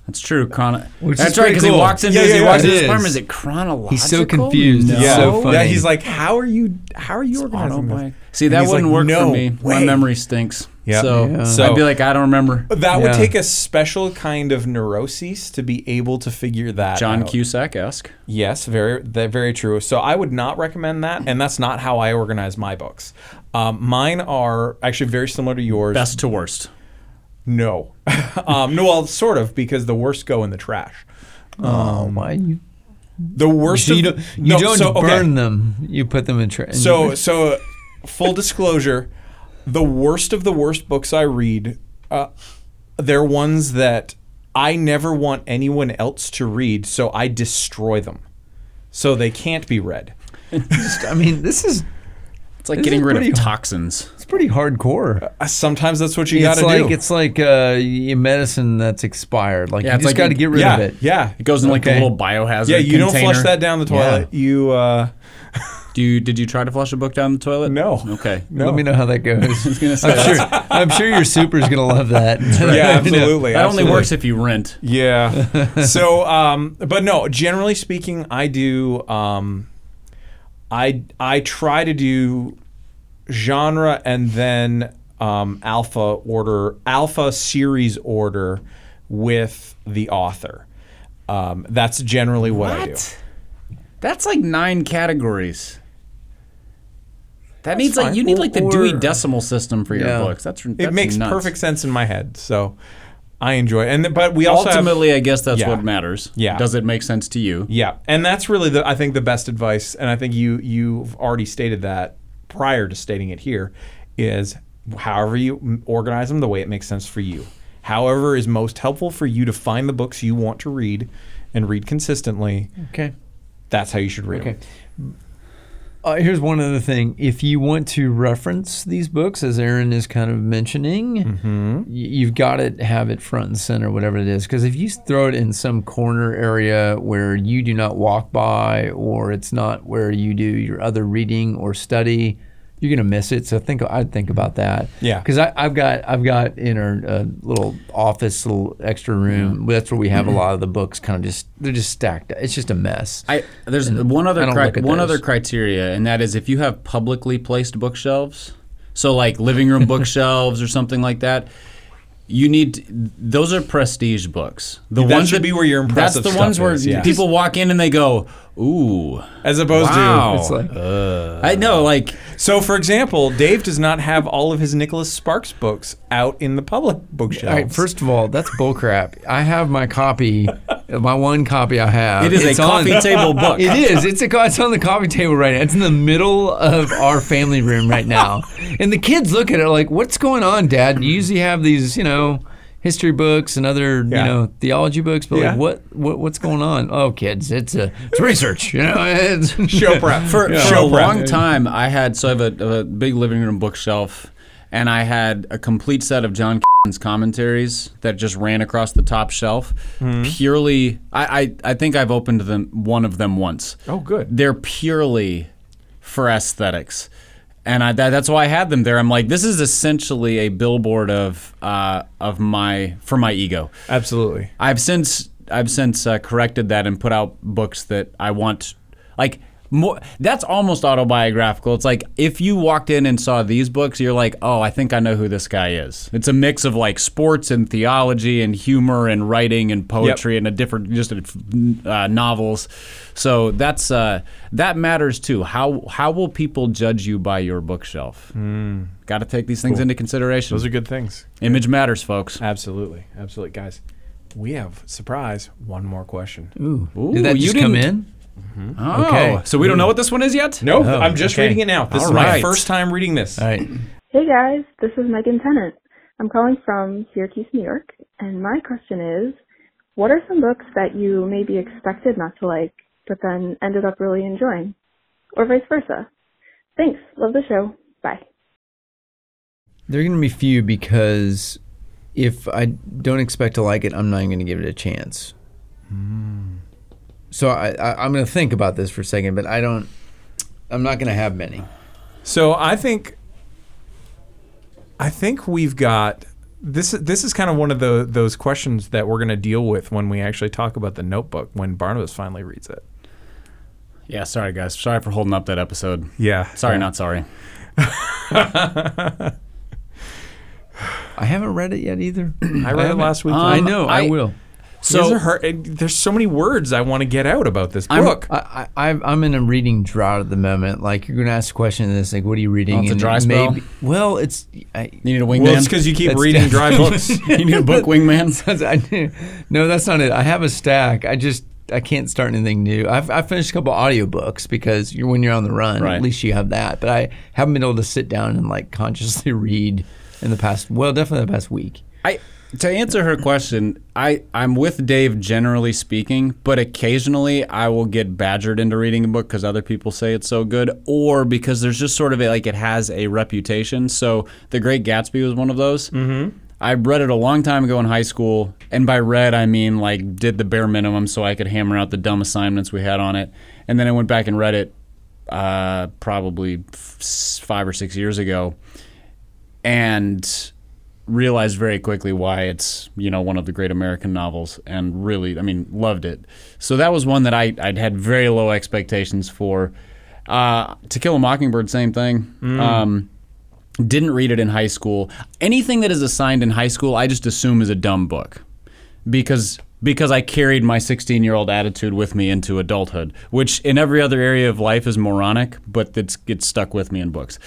[SPEAKER 3] that's true. Chrono-
[SPEAKER 4] Which
[SPEAKER 3] that's
[SPEAKER 4] is
[SPEAKER 3] right,
[SPEAKER 4] pretty
[SPEAKER 3] because he
[SPEAKER 4] cool.
[SPEAKER 3] walks into
[SPEAKER 2] Yeah,
[SPEAKER 3] his- he
[SPEAKER 2] yeah,
[SPEAKER 3] walks
[SPEAKER 2] it
[SPEAKER 3] into his
[SPEAKER 4] is.
[SPEAKER 3] apartment. Is it chronological?
[SPEAKER 4] He's so confused. It's
[SPEAKER 3] No.
[SPEAKER 4] so funny.
[SPEAKER 2] Yeah, he's like, how are you? How are you organizing this?
[SPEAKER 3] Autobi- See, that
[SPEAKER 2] he's
[SPEAKER 3] wouldn't
[SPEAKER 2] like,
[SPEAKER 3] work
[SPEAKER 2] "No
[SPEAKER 3] for me. My
[SPEAKER 2] way."
[SPEAKER 3] memory stinks.
[SPEAKER 2] Yeah.
[SPEAKER 3] So,
[SPEAKER 2] Yeah.
[SPEAKER 3] I'd be like, I don't remember.
[SPEAKER 2] That would
[SPEAKER 4] Yeah.
[SPEAKER 2] take a special kind of neuroses to be able to figure that.
[SPEAKER 3] John
[SPEAKER 2] out.
[SPEAKER 3] Cusack esque.
[SPEAKER 2] Yes, very, that very true. So I would not recommend that, and that's not how I organize my books. Um, mine are actually very similar to yours.
[SPEAKER 3] Best to worst.
[SPEAKER 2] No, [laughs] um, no, well, sort of, because the worst go in the trash.
[SPEAKER 4] Oh,
[SPEAKER 2] [laughs]
[SPEAKER 4] why you?
[SPEAKER 2] The worst.
[SPEAKER 4] So you
[SPEAKER 2] of-
[SPEAKER 4] don't, you
[SPEAKER 2] no,
[SPEAKER 4] don't
[SPEAKER 2] so, okay.
[SPEAKER 4] burn them. You put them in trash.
[SPEAKER 2] So [laughs] so full disclosure, the worst of the worst books I read, uh, they're ones that I never want anyone else to read, so I destroy them. So they can't be read.
[SPEAKER 4] I mean, this is
[SPEAKER 3] It's like
[SPEAKER 4] This
[SPEAKER 3] getting
[SPEAKER 4] is
[SPEAKER 3] rid of
[SPEAKER 4] pretty-
[SPEAKER 3] toxins.
[SPEAKER 4] it's pretty hardcore.
[SPEAKER 2] Uh, Sometimes that's what you got
[SPEAKER 4] it's
[SPEAKER 2] to
[SPEAKER 4] like
[SPEAKER 2] do.
[SPEAKER 4] it's like uh, y- medicine that's expired. Like
[SPEAKER 3] Yeah,
[SPEAKER 4] you
[SPEAKER 3] it's
[SPEAKER 4] just
[SPEAKER 3] like
[SPEAKER 4] got to
[SPEAKER 3] you-
[SPEAKER 4] get rid
[SPEAKER 2] yeah,
[SPEAKER 4] of it.
[SPEAKER 2] yeah.
[SPEAKER 3] It goes in like
[SPEAKER 4] Okay.
[SPEAKER 3] a little biohazard.
[SPEAKER 2] Yeah, you don't
[SPEAKER 3] container.
[SPEAKER 2] flush that down the toilet. You uh
[SPEAKER 3] Do you, did you try to flush a book down the toilet?
[SPEAKER 2] no.
[SPEAKER 3] Okay.
[SPEAKER 2] No.
[SPEAKER 4] Let me know how that goes.
[SPEAKER 3] gonna say
[SPEAKER 4] I'm sure. I'm sure your super's gonna love
[SPEAKER 2] [laughs]
[SPEAKER 4] that. [laughs]
[SPEAKER 2] Yeah,
[SPEAKER 3] [laughs]
[SPEAKER 2] absolutely.
[SPEAKER 3] That
[SPEAKER 2] absolutely.
[SPEAKER 3] only works if you rent. [laughs]
[SPEAKER 2] Yeah. so, um, but no, generally speaking, I do. Um, I I try to do genre and then um, alpha order, alpha series order with the author. Um, that's generally what, I do.
[SPEAKER 3] That's like nine categories. That needs
[SPEAKER 2] fine.
[SPEAKER 3] like you need like the Dewey
[SPEAKER 4] Or-
[SPEAKER 3] Decimal System for your
[SPEAKER 4] Yeah.
[SPEAKER 3] books. That's,
[SPEAKER 2] It
[SPEAKER 3] that's
[SPEAKER 2] makes
[SPEAKER 3] nuts.
[SPEAKER 2] perfect sense in my head, so I enjoy it. And th- but we also have-
[SPEAKER 3] Ultimately, I guess that's
[SPEAKER 2] Yeah.
[SPEAKER 3] what matters.
[SPEAKER 2] Yeah.
[SPEAKER 3] Does it make sense to you?
[SPEAKER 2] Yeah, and that's really the I think the best advice, and I think you you've already stated that prior to stating it here, is however you m- organize them the way it makes sense for you. However is most helpful for you to find the books you want to read, and read consistently.
[SPEAKER 4] Okay.
[SPEAKER 2] That's how you should read
[SPEAKER 4] Okay.
[SPEAKER 2] them.
[SPEAKER 4] Uh, here's one other thing. If you want to reference these books, as Aaron is kind of mentioning, y- you've got to have it front and center, whatever it is. Because if you throw it in some corner area where you do not walk by, or it's not where you do your other reading or study, you're gonna miss it. So think I'd think about that.
[SPEAKER 2] Yeah.
[SPEAKER 4] Because I've got I've got in our uh, little office, little extra room. That's where we have a lot of the books. Kind of just they're just stacked. It's just a mess.
[SPEAKER 3] I there's
[SPEAKER 4] And
[SPEAKER 3] one
[SPEAKER 4] I
[SPEAKER 3] other
[SPEAKER 4] don't
[SPEAKER 3] cri-
[SPEAKER 4] look at
[SPEAKER 3] one
[SPEAKER 4] those.
[SPEAKER 3] other criteria, and that is if you have publicly placed bookshelves, so like living room bookshelves or something like that. You need those are prestige books. The
[SPEAKER 2] That
[SPEAKER 3] ones
[SPEAKER 2] should
[SPEAKER 3] that
[SPEAKER 2] be where your impressive
[SPEAKER 3] That's the
[SPEAKER 2] stuff
[SPEAKER 3] ones where
[SPEAKER 2] is, yeah.
[SPEAKER 3] people walk in and they go, "Ooh,
[SPEAKER 2] As opposed
[SPEAKER 3] Wow.
[SPEAKER 2] to
[SPEAKER 4] it's like
[SPEAKER 3] I know." Like
[SPEAKER 2] So, for example, Dave does not have all of his Nicholas Sparks books out in the public bookshelves.
[SPEAKER 4] All right, first of all, that's bullcrap. I have my copy, my one copy I have.
[SPEAKER 3] it is a coffee
[SPEAKER 4] on,
[SPEAKER 3] table
[SPEAKER 4] [laughs]
[SPEAKER 3] book.
[SPEAKER 4] It is. It's a. co- It's on the coffee table right now. It's in the middle of our family room right now, and the kids look at it like, "What's going on, Dad? You usually have these, you know, history books and other,
[SPEAKER 2] Yeah.
[SPEAKER 4] you know, theology books, but
[SPEAKER 2] Yeah.
[SPEAKER 4] like, what, what, what's going on? Oh, kids, it's a, it's research, you know, [laughs] it's
[SPEAKER 2] [laughs] show prep.
[SPEAKER 3] for,
[SPEAKER 2] Yeah.
[SPEAKER 3] for a
[SPEAKER 2] Show prep.
[SPEAKER 3] long time i had so i have a, a big living room bookshelf and i had a complete set of john commentaries that just ran across the top shelf
[SPEAKER 2] Hmm.
[SPEAKER 3] purely I, I i think i've opened them one of them once
[SPEAKER 2] Oh, good.
[SPEAKER 3] they're purely for aesthetics and I, that, that's why I had them there. I'm like, this is essentially a billboard of uh, of my for my ego.
[SPEAKER 2] Absolutely.
[SPEAKER 3] I've since I've since uh, corrected that and put out books that I want, like more. That's almost autobiographical. It's like if you walked in and saw these books, you're like, oh, I think I know who this guy is. It's a mix of like sports and theology and humor and writing and poetry and a different just a, uh, novels. So that's uh, that matters too. How how will people judge you by your bookshelf?
[SPEAKER 4] Hmm.
[SPEAKER 3] Got to take these things into consideration.
[SPEAKER 2] Those are good things.
[SPEAKER 3] Image matters, folks.
[SPEAKER 2] Absolutely. Absolutely. Guys, we have, surprise, one more question.
[SPEAKER 3] Ooh,
[SPEAKER 4] Did that just come in?
[SPEAKER 3] Oh,
[SPEAKER 4] Okay.
[SPEAKER 3] so we don't know what this one is yet?
[SPEAKER 2] No,
[SPEAKER 4] Oh,
[SPEAKER 2] I'm just
[SPEAKER 4] okay.
[SPEAKER 2] reading it now. This
[SPEAKER 3] All
[SPEAKER 2] is my
[SPEAKER 3] right.
[SPEAKER 2] first time reading this.
[SPEAKER 4] All right.
[SPEAKER 6] Hey guys, this is Megan Tennant. I'm calling from Syracuse, New York, and my question is, what are some books that you maybe expected not to like, but then ended up really enjoying? Or vice versa? Thanks, love the show, bye.
[SPEAKER 4] There are going to be few because if I don't expect to like it, I'm not even going to give it a chance. So I, I, I'm going to think about this for a second, but I don't. I'm not going to have many.
[SPEAKER 2] So I think I think we've got this this is kind of one of the those questions that we're going to deal with when we actually talk about the notebook when Barnabas finally reads it.
[SPEAKER 3] Yeah, sorry guys. Sorry for holding up that episode.
[SPEAKER 2] Yeah.
[SPEAKER 3] Sorry, not sorry.
[SPEAKER 4] I haven't read it yet either.
[SPEAKER 2] I read it last week.
[SPEAKER 4] I know. I,
[SPEAKER 3] I-
[SPEAKER 4] will.
[SPEAKER 2] so
[SPEAKER 3] So-
[SPEAKER 2] there's so many words I want to get out about this
[SPEAKER 3] I'm-
[SPEAKER 2] book.
[SPEAKER 4] I, I, I've- I'm in a reading drought at the moment. Like you're going to ask a question, and it's like, "What are you reading?"
[SPEAKER 3] Oh, it's a
[SPEAKER 4] And
[SPEAKER 3] dry spell?
[SPEAKER 4] maybe, Well, it's. I,
[SPEAKER 3] You need a wingman.
[SPEAKER 2] well, it's because you keep
[SPEAKER 4] That's-
[SPEAKER 2] reading dry books.
[SPEAKER 3] [laughs] you need a
[SPEAKER 2] [laughs]
[SPEAKER 3] book
[SPEAKER 4] [laughs]
[SPEAKER 3] wingman.
[SPEAKER 4] That's- I do. No, that's not it. I have a stack. I just I can't start anything new. I've I finished a couple audiobooks because you're when you're on the run,
[SPEAKER 3] Right.
[SPEAKER 4] at least you have that. But I haven't been able to sit down and like consciously [laughs] read in the past. Well, definitely the past week.
[SPEAKER 3] I to answer her question, I I'm with Dave generally speaking, but occasionally I will get badgered into reading a book because other people say it's so good, or because there's just sort of a, like it has a reputation. So The Great Gatsby was one of those. Mm-hmm. I read it a long time ago in high school, and by read I mean like did the bare minimum so I could hammer out the dumb assignments we had on it, and then I went back and read it uh, probably f- s- five or six years ago, and realized very quickly why it's you know one of the great American novels, and really I mean loved it. So that was one that I I'd had very low expectations for. Uh, to Kill a Mockingbird, same thing. Um, didn't read it in high school. Anything that is assigned in high school, I just assume is a dumb book because because I carried my 16 year old attitude with me into adulthood, which in every other area of life is moronic, but it's gets stuck with me in books.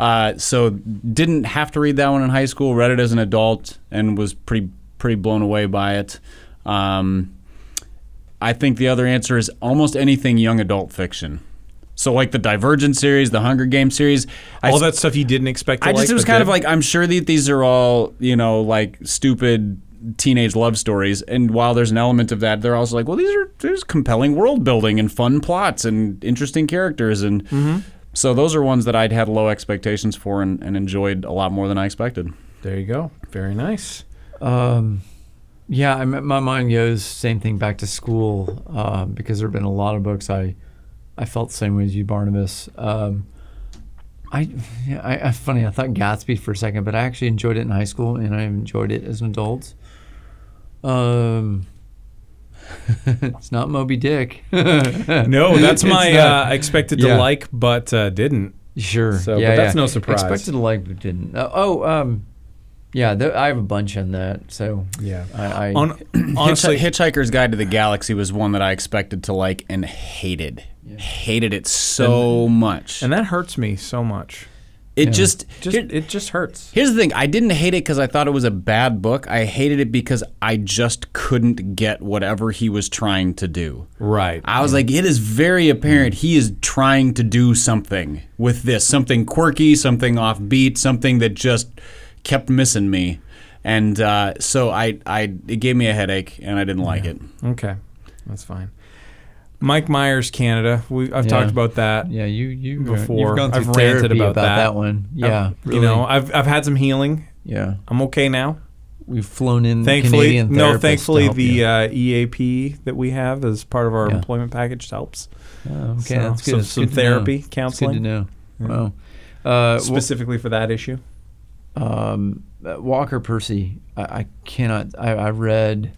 [SPEAKER 3] Uh, so didn't have to read that one in high school. Read it as an adult and was pretty pretty blown away by it. Um, I think the other answer is almost anything young adult fiction. So like the Divergent series, the Hunger Games series, I
[SPEAKER 2] All
[SPEAKER 3] s-
[SPEAKER 2] that stuff you didn't expect. To
[SPEAKER 3] I just
[SPEAKER 2] like,
[SPEAKER 3] it was
[SPEAKER 2] but
[SPEAKER 3] kind of
[SPEAKER 2] did.
[SPEAKER 3] like I'm sure that these are all you know like stupid teenage love stories, and while there's an element of that, they're also like, well, these are there's compelling world building and fun plots and interesting characters, and
[SPEAKER 2] Mm-hmm.
[SPEAKER 3] so those are ones that I'd had low expectations for and, and enjoyed a lot more than I expected.
[SPEAKER 2] There you go. Very nice.
[SPEAKER 4] Um, yeah, I, my mind goes same thing back to school um, because there have been a lot of books I I felt the same way as you, Barnabas. Um, I, yeah, I, I funny. I thought Gatsby for a second, but I actually enjoyed it in high school, and I enjoyed it as an adult. Um, [laughs] it's not Moby Dick.
[SPEAKER 2] [laughs] No, that's
[SPEAKER 4] [laughs] It's
[SPEAKER 2] my
[SPEAKER 4] not.
[SPEAKER 2] uh, expected to
[SPEAKER 4] Yeah.
[SPEAKER 2] like, but uh, didn't.
[SPEAKER 4] Sure.
[SPEAKER 2] So, but that's no surprise.
[SPEAKER 4] Expected to like, but didn't. Uh, oh, um, yeah. Th- I have a bunch on that. So
[SPEAKER 2] Yeah.
[SPEAKER 4] I, I [clears throat]
[SPEAKER 2] On, honestly,
[SPEAKER 3] Honestly, Hitchhiker's Guide to the Galaxy was one that I expected to like and hated. Hated it so much.
[SPEAKER 2] and that hurts me so much.
[SPEAKER 3] it just,
[SPEAKER 2] Just
[SPEAKER 3] here-
[SPEAKER 2] it just hurts.
[SPEAKER 3] here's the thing. I didn't hate it because I thought it was a bad book. I hated it because I just couldn't get whatever he was trying to do.
[SPEAKER 2] Right.
[SPEAKER 3] I was like, it is very apparent he is trying to do something with this, something quirky, something offbeat, something that just kept missing me, and uh, so I, I, it gave me a headache, and I didn't like it.
[SPEAKER 2] Okay, that's fine. Mike Myers, Canada. We I've talked about that.
[SPEAKER 4] yeah, you you
[SPEAKER 2] Before,
[SPEAKER 4] you've gone through
[SPEAKER 2] I've ranted
[SPEAKER 4] therapy
[SPEAKER 2] about that.
[SPEAKER 4] that one. Yeah,
[SPEAKER 2] I've-
[SPEAKER 4] really.
[SPEAKER 2] You know, I've I've had some healing.
[SPEAKER 4] yeah.
[SPEAKER 2] I'm okay now.
[SPEAKER 4] We've flown in
[SPEAKER 2] Thankfully,
[SPEAKER 4] Canadian therapists
[SPEAKER 2] no.
[SPEAKER 4] to
[SPEAKER 2] Thankfully,
[SPEAKER 4] help
[SPEAKER 2] the
[SPEAKER 4] you.
[SPEAKER 2] uh, EAP that we have as part of our
[SPEAKER 4] Yeah.
[SPEAKER 2] employment package helps.
[SPEAKER 4] Oh, okay,
[SPEAKER 2] so,
[SPEAKER 4] that's good.
[SPEAKER 2] some-
[SPEAKER 4] That's
[SPEAKER 2] some
[SPEAKER 4] good to know.
[SPEAKER 2] therapy,
[SPEAKER 4] That's
[SPEAKER 2] counseling.
[SPEAKER 4] Good to know. Wow. Uh, well,
[SPEAKER 2] specifically for that issue.
[SPEAKER 4] um, uh, Walker Percy. I, I cannot. I, I read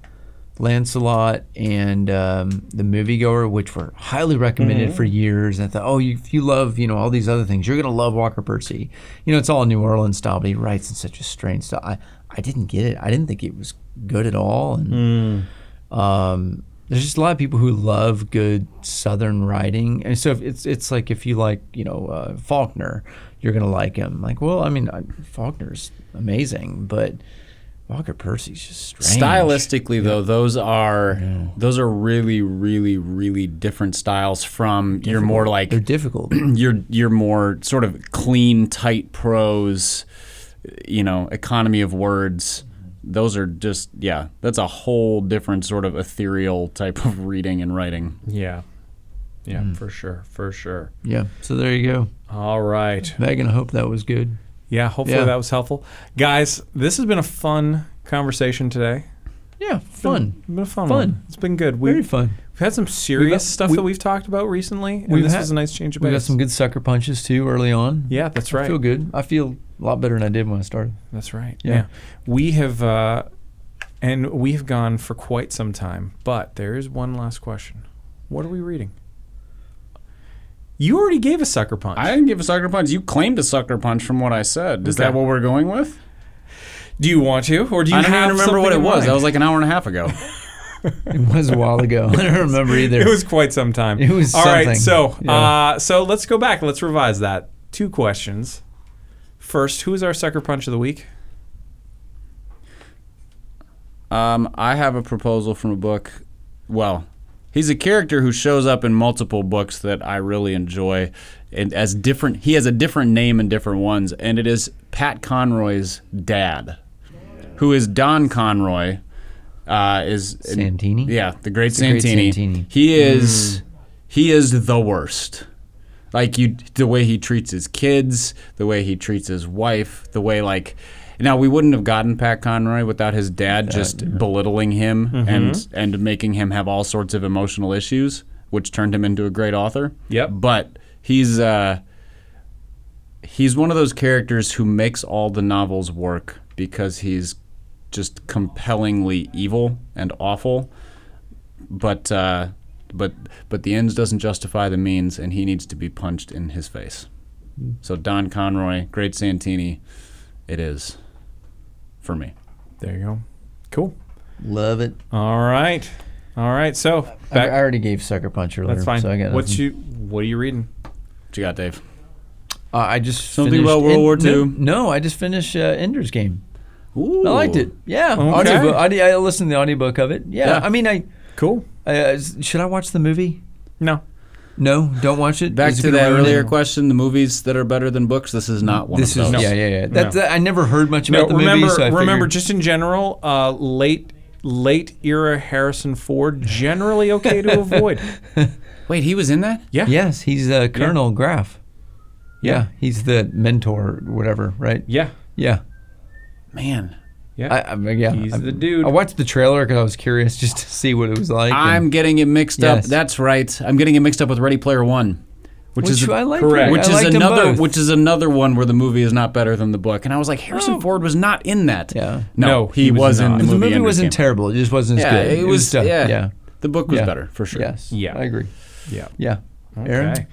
[SPEAKER 4] Lancelot and um, the Moviegoer, which were highly recommended for years. And I thought, oh, you, if you love, you know, all these other things, you're gonna love Walker Percy. You know, it's all New Orleans style, but he writes in such a strange style. I, I didn't get it. I didn't think it was good at all. And um, there's just a lot of people who love good Southern writing, and so if it's it's like if you like you know uh, Faulkner, you're gonna like him. Like, well, I mean, I, Faulkner's amazing, but Walker Percy's just strange.
[SPEAKER 3] Stylistically, though, those are those are really, really, really different styles from your more like
[SPEAKER 4] They're difficult.
[SPEAKER 3] your your more sort of clean, tight prose, you know, economy of words. Those are just yeah, that's a whole different sort of ethereal type of reading and writing.
[SPEAKER 2] Yeah. Yeah,
[SPEAKER 4] Hmm.
[SPEAKER 2] for sure, for sure.
[SPEAKER 4] yeah. So there you go,
[SPEAKER 2] All right.
[SPEAKER 4] Megan. I hope that was good.
[SPEAKER 2] Yeah, hopefully
[SPEAKER 4] Yeah.
[SPEAKER 2] that was helpful. Guys, this has been a fun conversation today.
[SPEAKER 4] Yeah, fun.
[SPEAKER 2] It's been a fun,
[SPEAKER 4] Fun.
[SPEAKER 2] one. It's been good. We,
[SPEAKER 4] Very fun.
[SPEAKER 2] We've had some serious
[SPEAKER 4] got-
[SPEAKER 2] stuff
[SPEAKER 4] we-
[SPEAKER 2] that we've talked about recently, and
[SPEAKER 4] We've
[SPEAKER 2] this
[SPEAKER 4] had-
[SPEAKER 2] was a nice change of
[SPEAKER 4] We
[SPEAKER 2] pace.
[SPEAKER 4] got some good sucker punches too early on.
[SPEAKER 2] yeah, that's
[SPEAKER 4] I
[SPEAKER 2] right.
[SPEAKER 4] feel good. I feel a lot better than I did when I started.
[SPEAKER 2] That's right. Yeah.
[SPEAKER 4] Yeah.
[SPEAKER 2] We have, uh, and we have gone for quite some time, but there is one last question. What are we reading? You already gave a sucker punch.
[SPEAKER 3] I didn't give a sucker punch. You claimed a sucker punch from what I said. Is
[SPEAKER 2] Okay.
[SPEAKER 3] that what we're going with?
[SPEAKER 2] do you want to, or do you
[SPEAKER 3] I don't
[SPEAKER 2] have
[SPEAKER 3] even remember
[SPEAKER 2] something
[SPEAKER 3] what it
[SPEAKER 2] in
[SPEAKER 3] was.
[SPEAKER 2] mind?
[SPEAKER 3] That was like an hour and a half ago.
[SPEAKER 4] It was a while ago. [laughs] I don't remember either.
[SPEAKER 2] It was quite some time.
[SPEAKER 4] It was
[SPEAKER 2] all right.
[SPEAKER 4] something.
[SPEAKER 2] So,
[SPEAKER 4] Yeah.
[SPEAKER 2] uh, so let's go back. Let's revise that. Two questions. First, who is our sucker punch of the week?
[SPEAKER 3] Um, I have a proposal from a book. Well, he's a character who shows up in multiple books that I really enjoy, and as different. He has a different name in different ones, and it is Pat Conroy's dad, who is Don Conroy. Uh, is
[SPEAKER 4] Santini?
[SPEAKER 3] Yeah, the great,
[SPEAKER 4] great
[SPEAKER 3] Santini.
[SPEAKER 4] Santini. Mm.
[SPEAKER 3] He is. He is the worst. Like you, the way he treats his kids, the way he treats his wife, the way like. Now we wouldn't have gotten Pat Conroy without his dad just belittling him and and making him have all sorts of emotional issues, which turned him into a great author.
[SPEAKER 2] Yep.
[SPEAKER 3] But he's uh, he's one of those characters who makes all the novels work because he's just compellingly evil and awful but uh, but but the ends doesn't justify the means, and he needs to be punched in his face.
[SPEAKER 4] Hmm.
[SPEAKER 3] So Don Conroy, great Santini, it is for me.
[SPEAKER 2] There you go. Cool.
[SPEAKER 4] Love it.
[SPEAKER 2] All right. All right. So
[SPEAKER 4] I, I
[SPEAKER 2] back.
[SPEAKER 4] already gave sucker punch earlier.
[SPEAKER 2] That's fine.
[SPEAKER 4] So I got
[SPEAKER 2] What's
[SPEAKER 4] nothing.
[SPEAKER 2] you? What are you reading?
[SPEAKER 3] What you got, Dave?
[SPEAKER 4] Uh, I just
[SPEAKER 3] Something
[SPEAKER 4] finished
[SPEAKER 3] about World
[SPEAKER 4] En-
[SPEAKER 3] War
[SPEAKER 4] No,
[SPEAKER 3] II?
[SPEAKER 4] no, I just finished uh, Ender's Game.
[SPEAKER 3] Ooh.
[SPEAKER 4] I liked it. Yeah,
[SPEAKER 2] Okay.
[SPEAKER 4] audiobook. Audi- I listened to the audiobook of it. Yeah,
[SPEAKER 3] Yeah.
[SPEAKER 4] I mean, I
[SPEAKER 2] Cool.
[SPEAKER 4] uh, should I watch the movie?
[SPEAKER 2] No.
[SPEAKER 4] No, don't watch it.
[SPEAKER 3] Back
[SPEAKER 4] Is it
[SPEAKER 3] to
[SPEAKER 4] gonna
[SPEAKER 3] that
[SPEAKER 4] ruin it?
[SPEAKER 3] earlier question: the movies that are better than books. This is not one
[SPEAKER 4] This
[SPEAKER 3] of
[SPEAKER 4] is
[SPEAKER 3] those.
[SPEAKER 4] yeah, yeah, yeah. That, that- I never heard much
[SPEAKER 2] No.
[SPEAKER 4] about the
[SPEAKER 2] Remember.
[SPEAKER 4] movie. So I
[SPEAKER 2] remember.
[SPEAKER 4] figured-
[SPEAKER 2] Just in general, uh, late late era Harrison Ford generally okay
[SPEAKER 4] [laughs]
[SPEAKER 2] to avoid.
[SPEAKER 3] Wait, he was in that?
[SPEAKER 2] Yeah.
[SPEAKER 4] yes, he's uh, Colonel Graff. Yeah,
[SPEAKER 2] Yeah.
[SPEAKER 4] he's the mentor, whatever, right?
[SPEAKER 2] Yeah.
[SPEAKER 4] yeah.
[SPEAKER 3] Man,
[SPEAKER 2] Yeah.
[SPEAKER 4] I, I mean, yeah.
[SPEAKER 2] He's
[SPEAKER 4] I-
[SPEAKER 2] the dude.
[SPEAKER 4] I watched the trailer because I was curious [laughs] just to see what it was like. and-
[SPEAKER 3] I'm getting it mixed up.
[SPEAKER 4] Yes.
[SPEAKER 3] That's right. I'm getting it mixed up with Ready Player One. which,
[SPEAKER 4] Which
[SPEAKER 3] is
[SPEAKER 4] I liked-
[SPEAKER 2] Correct.
[SPEAKER 3] which
[SPEAKER 4] I
[SPEAKER 3] is
[SPEAKER 4] liked them
[SPEAKER 3] another
[SPEAKER 4] both.
[SPEAKER 3] which is another one where the movie is not better than the book. And I was like, Harrison Ford was not in that.
[SPEAKER 4] Oh. Yeah.
[SPEAKER 3] No,
[SPEAKER 2] No,
[SPEAKER 3] he,
[SPEAKER 2] he was
[SPEAKER 3] was, in
[SPEAKER 2] not.
[SPEAKER 3] the
[SPEAKER 4] The
[SPEAKER 3] movie.
[SPEAKER 4] movie
[SPEAKER 3] Ender's
[SPEAKER 4] wasn't
[SPEAKER 3] Game.
[SPEAKER 4] terrible. It just wasn't as
[SPEAKER 3] Yeah,
[SPEAKER 4] good.
[SPEAKER 3] it was. uh,
[SPEAKER 4] tough.
[SPEAKER 3] yeah.
[SPEAKER 4] yeah.
[SPEAKER 3] the book was
[SPEAKER 4] Yeah.
[SPEAKER 3] better for sure.
[SPEAKER 4] Yes.
[SPEAKER 2] Yeah.
[SPEAKER 4] I agree.
[SPEAKER 2] Yeah.
[SPEAKER 4] Yeah.
[SPEAKER 2] Okay.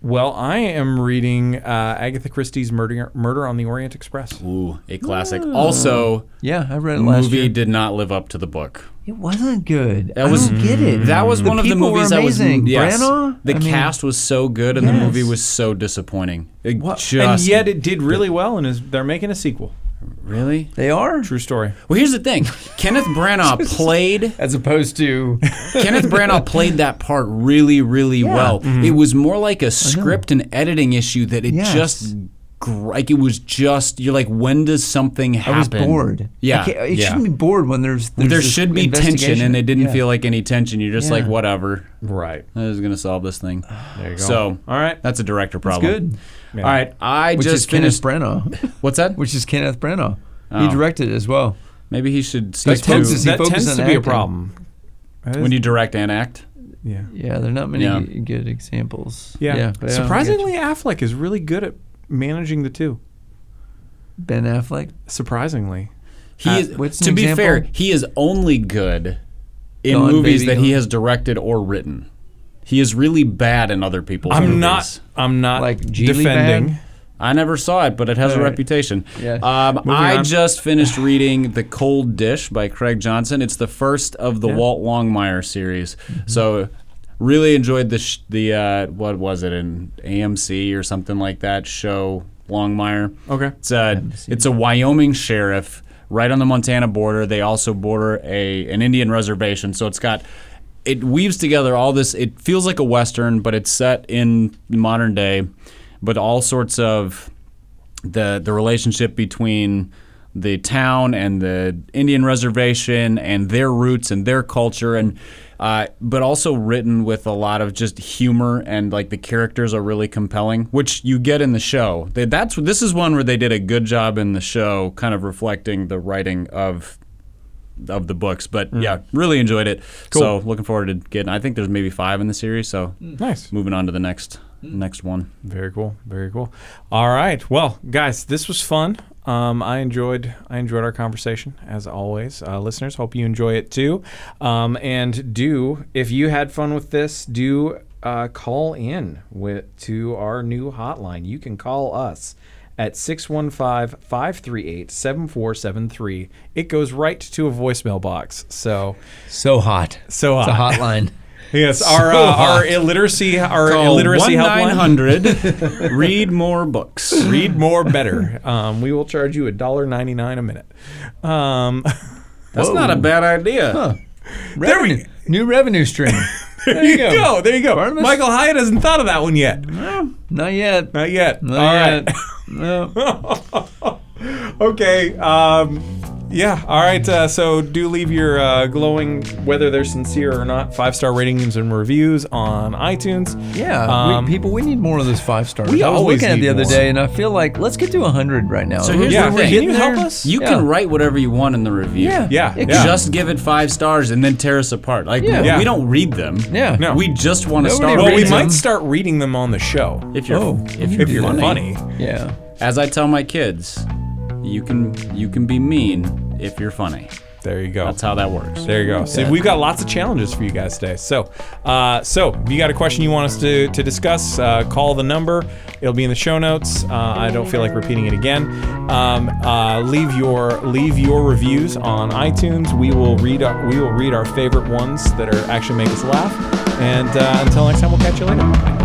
[SPEAKER 2] Well, I am reading uh, Agatha Christie's Murder, Murder on the Orient Express.
[SPEAKER 3] Ooh, a classic. Also,
[SPEAKER 4] Yeah, I read it
[SPEAKER 3] the
[SPEAKER 4] last
[SPEAKER 3] movie
[SPEAKER 4] year.
[SPEAKER 3] did not live up to the book.
[SPEAKER 4] It wasn't good. I
[SPEAKER 3] was-
[SPEAKER 4] don't get
[SPEAKER 2] Mm-hmm.
[SPEAKER 4] it.
[SPEAKER 3] That was one of the
[SPEAKER 4] Mm. people
[SPEAKER 3] movies
[SPEAKER 4] were
[SPEAKER 3] that was
[SPEAKER 4] amazing.
[SPEAKER 3] yes.
[SPEAKER 4] Branagh?
[SPEAKER 3] The
[SPEAKER 4] I mean,
[SPEAKER 3] cast was so good, and the
[SPEAKER 4] Yes.
[SPEAKER 3] movie was so disappointing. It
[SPEAKER 4] What-
[SPEAKER 3] just
[SPEAKER 2] And yet it did really well, and is, they're making a sequel.
[SPEAKER 3] really.
[SPEAKER 4] They are
[SPEAKER 2] True story.
[SPEAKER 3] Well, here's the
[SPEAKER 4] [laughs]
[SPEAKER 3] thing: Kenneth Branagh played
[SPEAKER 4] as
[SPEAKER 2] [laughs]
[SPEAKER 4] opposed to
[SPEAKER 3] Kenneth Branagh played that part really, really well. It was more like a script and editing issue that it
[SPEAKER 4] Mm-hmm. Yes.
[SPEAKER 3] just gr- like it was just you're like, when does something happen?
[SPEAKER 4] I was bored.
[SPEAKER 3] Yeah,
[SPEAKER 4] I can't- it
[SPEAKER 3] yeah.
[SPEAKER 4] shouldn't be bored when there's, there's
[SPEAKER 3] there
[SPEAKER 4] this
[SPEAKER 3] should be tension,
[SPEAKER 4] investigation.
[SPEAKER 3] and it didn't
[SPEAKER 4] Yeah.
[SPEAKER 3] feel like any tension. You're just like,
[SPEAKER 4] Yeah.
[SPEAKER 3] whatever.
[SPEAKER 2] Right.
[SPEAKER 3] I was gonna solve this
[SPEAKER 4] [sighs]
[SPEAKER 3] thing. There
[SPEAKER 2] you go.
[SPEAKER 3] So,
[SPEAKER 2] All right.
[SPEAKER 3] that's a director problem.
[SPEAKER 4] good.
[SPEAKER 2] Yeah.
[SPEAKER 3] All right, I
[SPEAKER 4] Which is
[SPEAKER 3] just finished.
[SPEAKER 4] Kenneth
[SPEAKER 3] [laughs]
[SPEAKER 4] Branagh.
[SPEAKER 3] What's that?
[SPEAKER 4] Which is Kenneth Branagh.
[SPEAKER 3] Oh.
[SPEAKER 4] He directed it as well.
[SPEAKER 3] Maybe he should stick
[SPEAKER 4] That tends
[SPEAKER 3] to
[SPEAKER 4] to- he
[SPEAKER 2] that
[SPEAKER 4] focused
[SPEAKER 2] tends
[SPEAKER 4] on
[SPEAKER 2] to be a
[SPEAKER 4] acting?
[SPEAKER 2] problem.
[SPEAKER 3] when you direct and act.
[SPEAKER 2] Yeah.
[SPEAKER 4] Yeah, there are not many
[SPEAKER 3] Yeah.
[SPEAKER 4] g- good examples.
[SPEAKER 2] Yeah.
[SPEAKER 4] but I don't
[SPEAKER 2] Surprisingly,
[SPEAKER 4] get
[SPEAKER 2] Affleck is really good at managing the two.
[SPEAKER 4] you. Ben Affleck.
[SPEAKER 2] Surprisingly.
[SPEAKER 3] He
[SPEAKER 4] Uh,
[SPEAKER 3] is,
[SPEAKER 4] what's
[SPEAKER 3] to
[SPEAKER 4] an
[SPEAKER 3] be
[SPEAKER 4] example?
[SPEAKER 3] fair, he is only good in
[SPEAKER 4] Gone,
[SPEAKER 3] movies
[SPEAKER 4] Baby,
[SPEAKER 3] that he
[SPEAKER 4] Gone.
[SPEAKER 3] has directed or written. He is really bad in other people's movies.
[SPEAKER 2] I'm not. I'm not
[SPEAKER 4] Like Geely
[SPEAKER 2] defending.
[SPEAKER 4] Bag?
[SPEAKER 3] I never saw it, but it has a
[SPEAKER 4] Alright.
[SPEAKER 3] reputation.
[SPEAKER 4] Yeah.
[SPEAKER 3] Um,
[SPEAKER 2] Moving
[SPEAKER 3] I
[SPEAKER 2] on.
[SPEAKER 3] just finished reading The Cold Dish by Craig Johnson. It's the first of the Walt Longmire series. So really enjoyed the sh- the uh, what was it in AMC or something like that show Longmire.
[SPEAKER 2] Okay.
[SPEAKER 3] It's a it's a Wyoming sheriff right on the Montana border. They also border a an Indian reservation, so it's got it weaves together all this. It feels like a western, but it's set in modern day, but all sorts of the the relationship between the town and the Indian reservation and their roots and their culture and uh, but also written with a lot of just humor and like the characters are really compelling, which you get in the show. They, that's this is one where they did a good job in the show, kind of reflecting the writing of of the books. But yeah, really enjoyed it. So looking forward to getting. I think there's maybe five in the series. So
[SPEAKER 2] Nice.
[SPEAKER 3] moving on to the next next one.
[SPEAKER 2] Very cool. Very cool. All right. Well, guys, this was fun. Um, I enjoyed I enjoyed our conversation as always. Uh, listeners, hope you enjoy it too. Um, and do if you had fun with this, do uh, call in with to our new hotline. You can call us at 615-538-7473. It goes right to a voicemail box. So
[SPEAKER 4] So hot.
[SPEAKER 2] So
[SPEAKER 4] It's a
[SPEAKER 2] hot.
[SPEAKER 4] hotline.
[SPEAKER 2] yes, our
[SPEAKER 4] So
[SPEAKER 2] uh, our
[SPEAKER 4] hot.
[SPEAKER 2] illiteracy our
[SPEAKER 3] Call
[SPEAKER 2] illiteracy helpline
[SPEAKER 3] 1-900 read more books
[SPEAKER 2] read more better. [laughs] Um, we will charge you a dollar ninety nine a minute. Um, [laughs]
[SPEAKER 3] that's not a bad idea
[SPEAKER 4] [laughs] there we New revenue [laughs] stream. there you go.
[SPEAKER 2] There you go.
[SPEAKER 4] Barnabas?
[SPEAKER 2] Michael Hyatt hasn't thought of that one yet.
[SPEAKER 4] Not yet.
[SPEAKER 2] Not yet. All right.
[SPEAKER 4] Not
[SPEAKER 2] [laughs]
[SPEAKER 4] yet. No. [laughs]
[SPEAKER 2] okay. Um, yeah. All right. Uh, so do leave your uh, glowing, whether they're sincere or not, five star ratings and reviews on iTunes.
[SPEAKER 4] Yeah,
[SPEAKER 2] Um,
[SPEAKER 4] we, people, we need more of those five stars.
[SPEAKER 2] We
[SPEAKER 4] I was
[SPEAKER 2] always
[SPEAKER 4] looking at
[SPEAKER 2] need
[SPEAKER 4] the other
[SPEAKER 2] more.
[SPEAKER 4] day, and I feel like let's get to hundred right now.
[SPEAKER 3] So here's
[SPEAKER 2] Yeah.
[SPEAKER 3] the
[SPEAKER 2] Can
[SPEAKER 3] thing.
[SPEAKER 2] you help us?
[SPEAKER 3] You
[SPEAKER 4] Yeah.
[SPEAKER 3] can write whatever you want in the review.
[SPEAKER 4] yeah,
[SPEAKER 2] Yeah,
[SPEAKER 4] it-
[SPEAKER 2] yeah.
[SPEAKER 3] Just give it five stars and then tear us apart. Like
[SPEAKER 4] Yeah.
[SPEAKER 2] Yeah.
[SPEAKER 3] we don't read them.
[SPEAKER 4] yeah.
[SPEAKER 2] No.
[SPEAKER 3] We just want to
[SPEAKER 4] Nobody
[SPEAKER 3] start.
[SPEAKER 2] Well, we
[SPEAKER 4] Read
[SPEAKER 3] reading
[SPEAKER 2] might
[SPEAKER 4] them.
[SPEAKER 2] start reading them on the show
[SPEAKER 3] If you're
[SPEAKER 4] Oh,
[SPEAKER 3] if you're,
[SPEAKER 2] if you're funny.
[SPEAKER 4] yeah.
[SPEAKER 3] As I tell my kids, you can you can be mean if you're funny.
[SPEAKER 2] There you go.
[SPEAKER 3] That's how that works.
[SPEAKER 2] There you go. So we've got lots of challenges for you guys today. So, uh, so if you got a question you want us to, to discuss, uh, call the number. It'll be in the show notes. Uh, I don't feel like repeating it again. Um, uh, leave your leave your reviews on iTunes. We will read our, we will read our favorite ones that are actually make us laugh. And uh, until next time, we'll catch you later.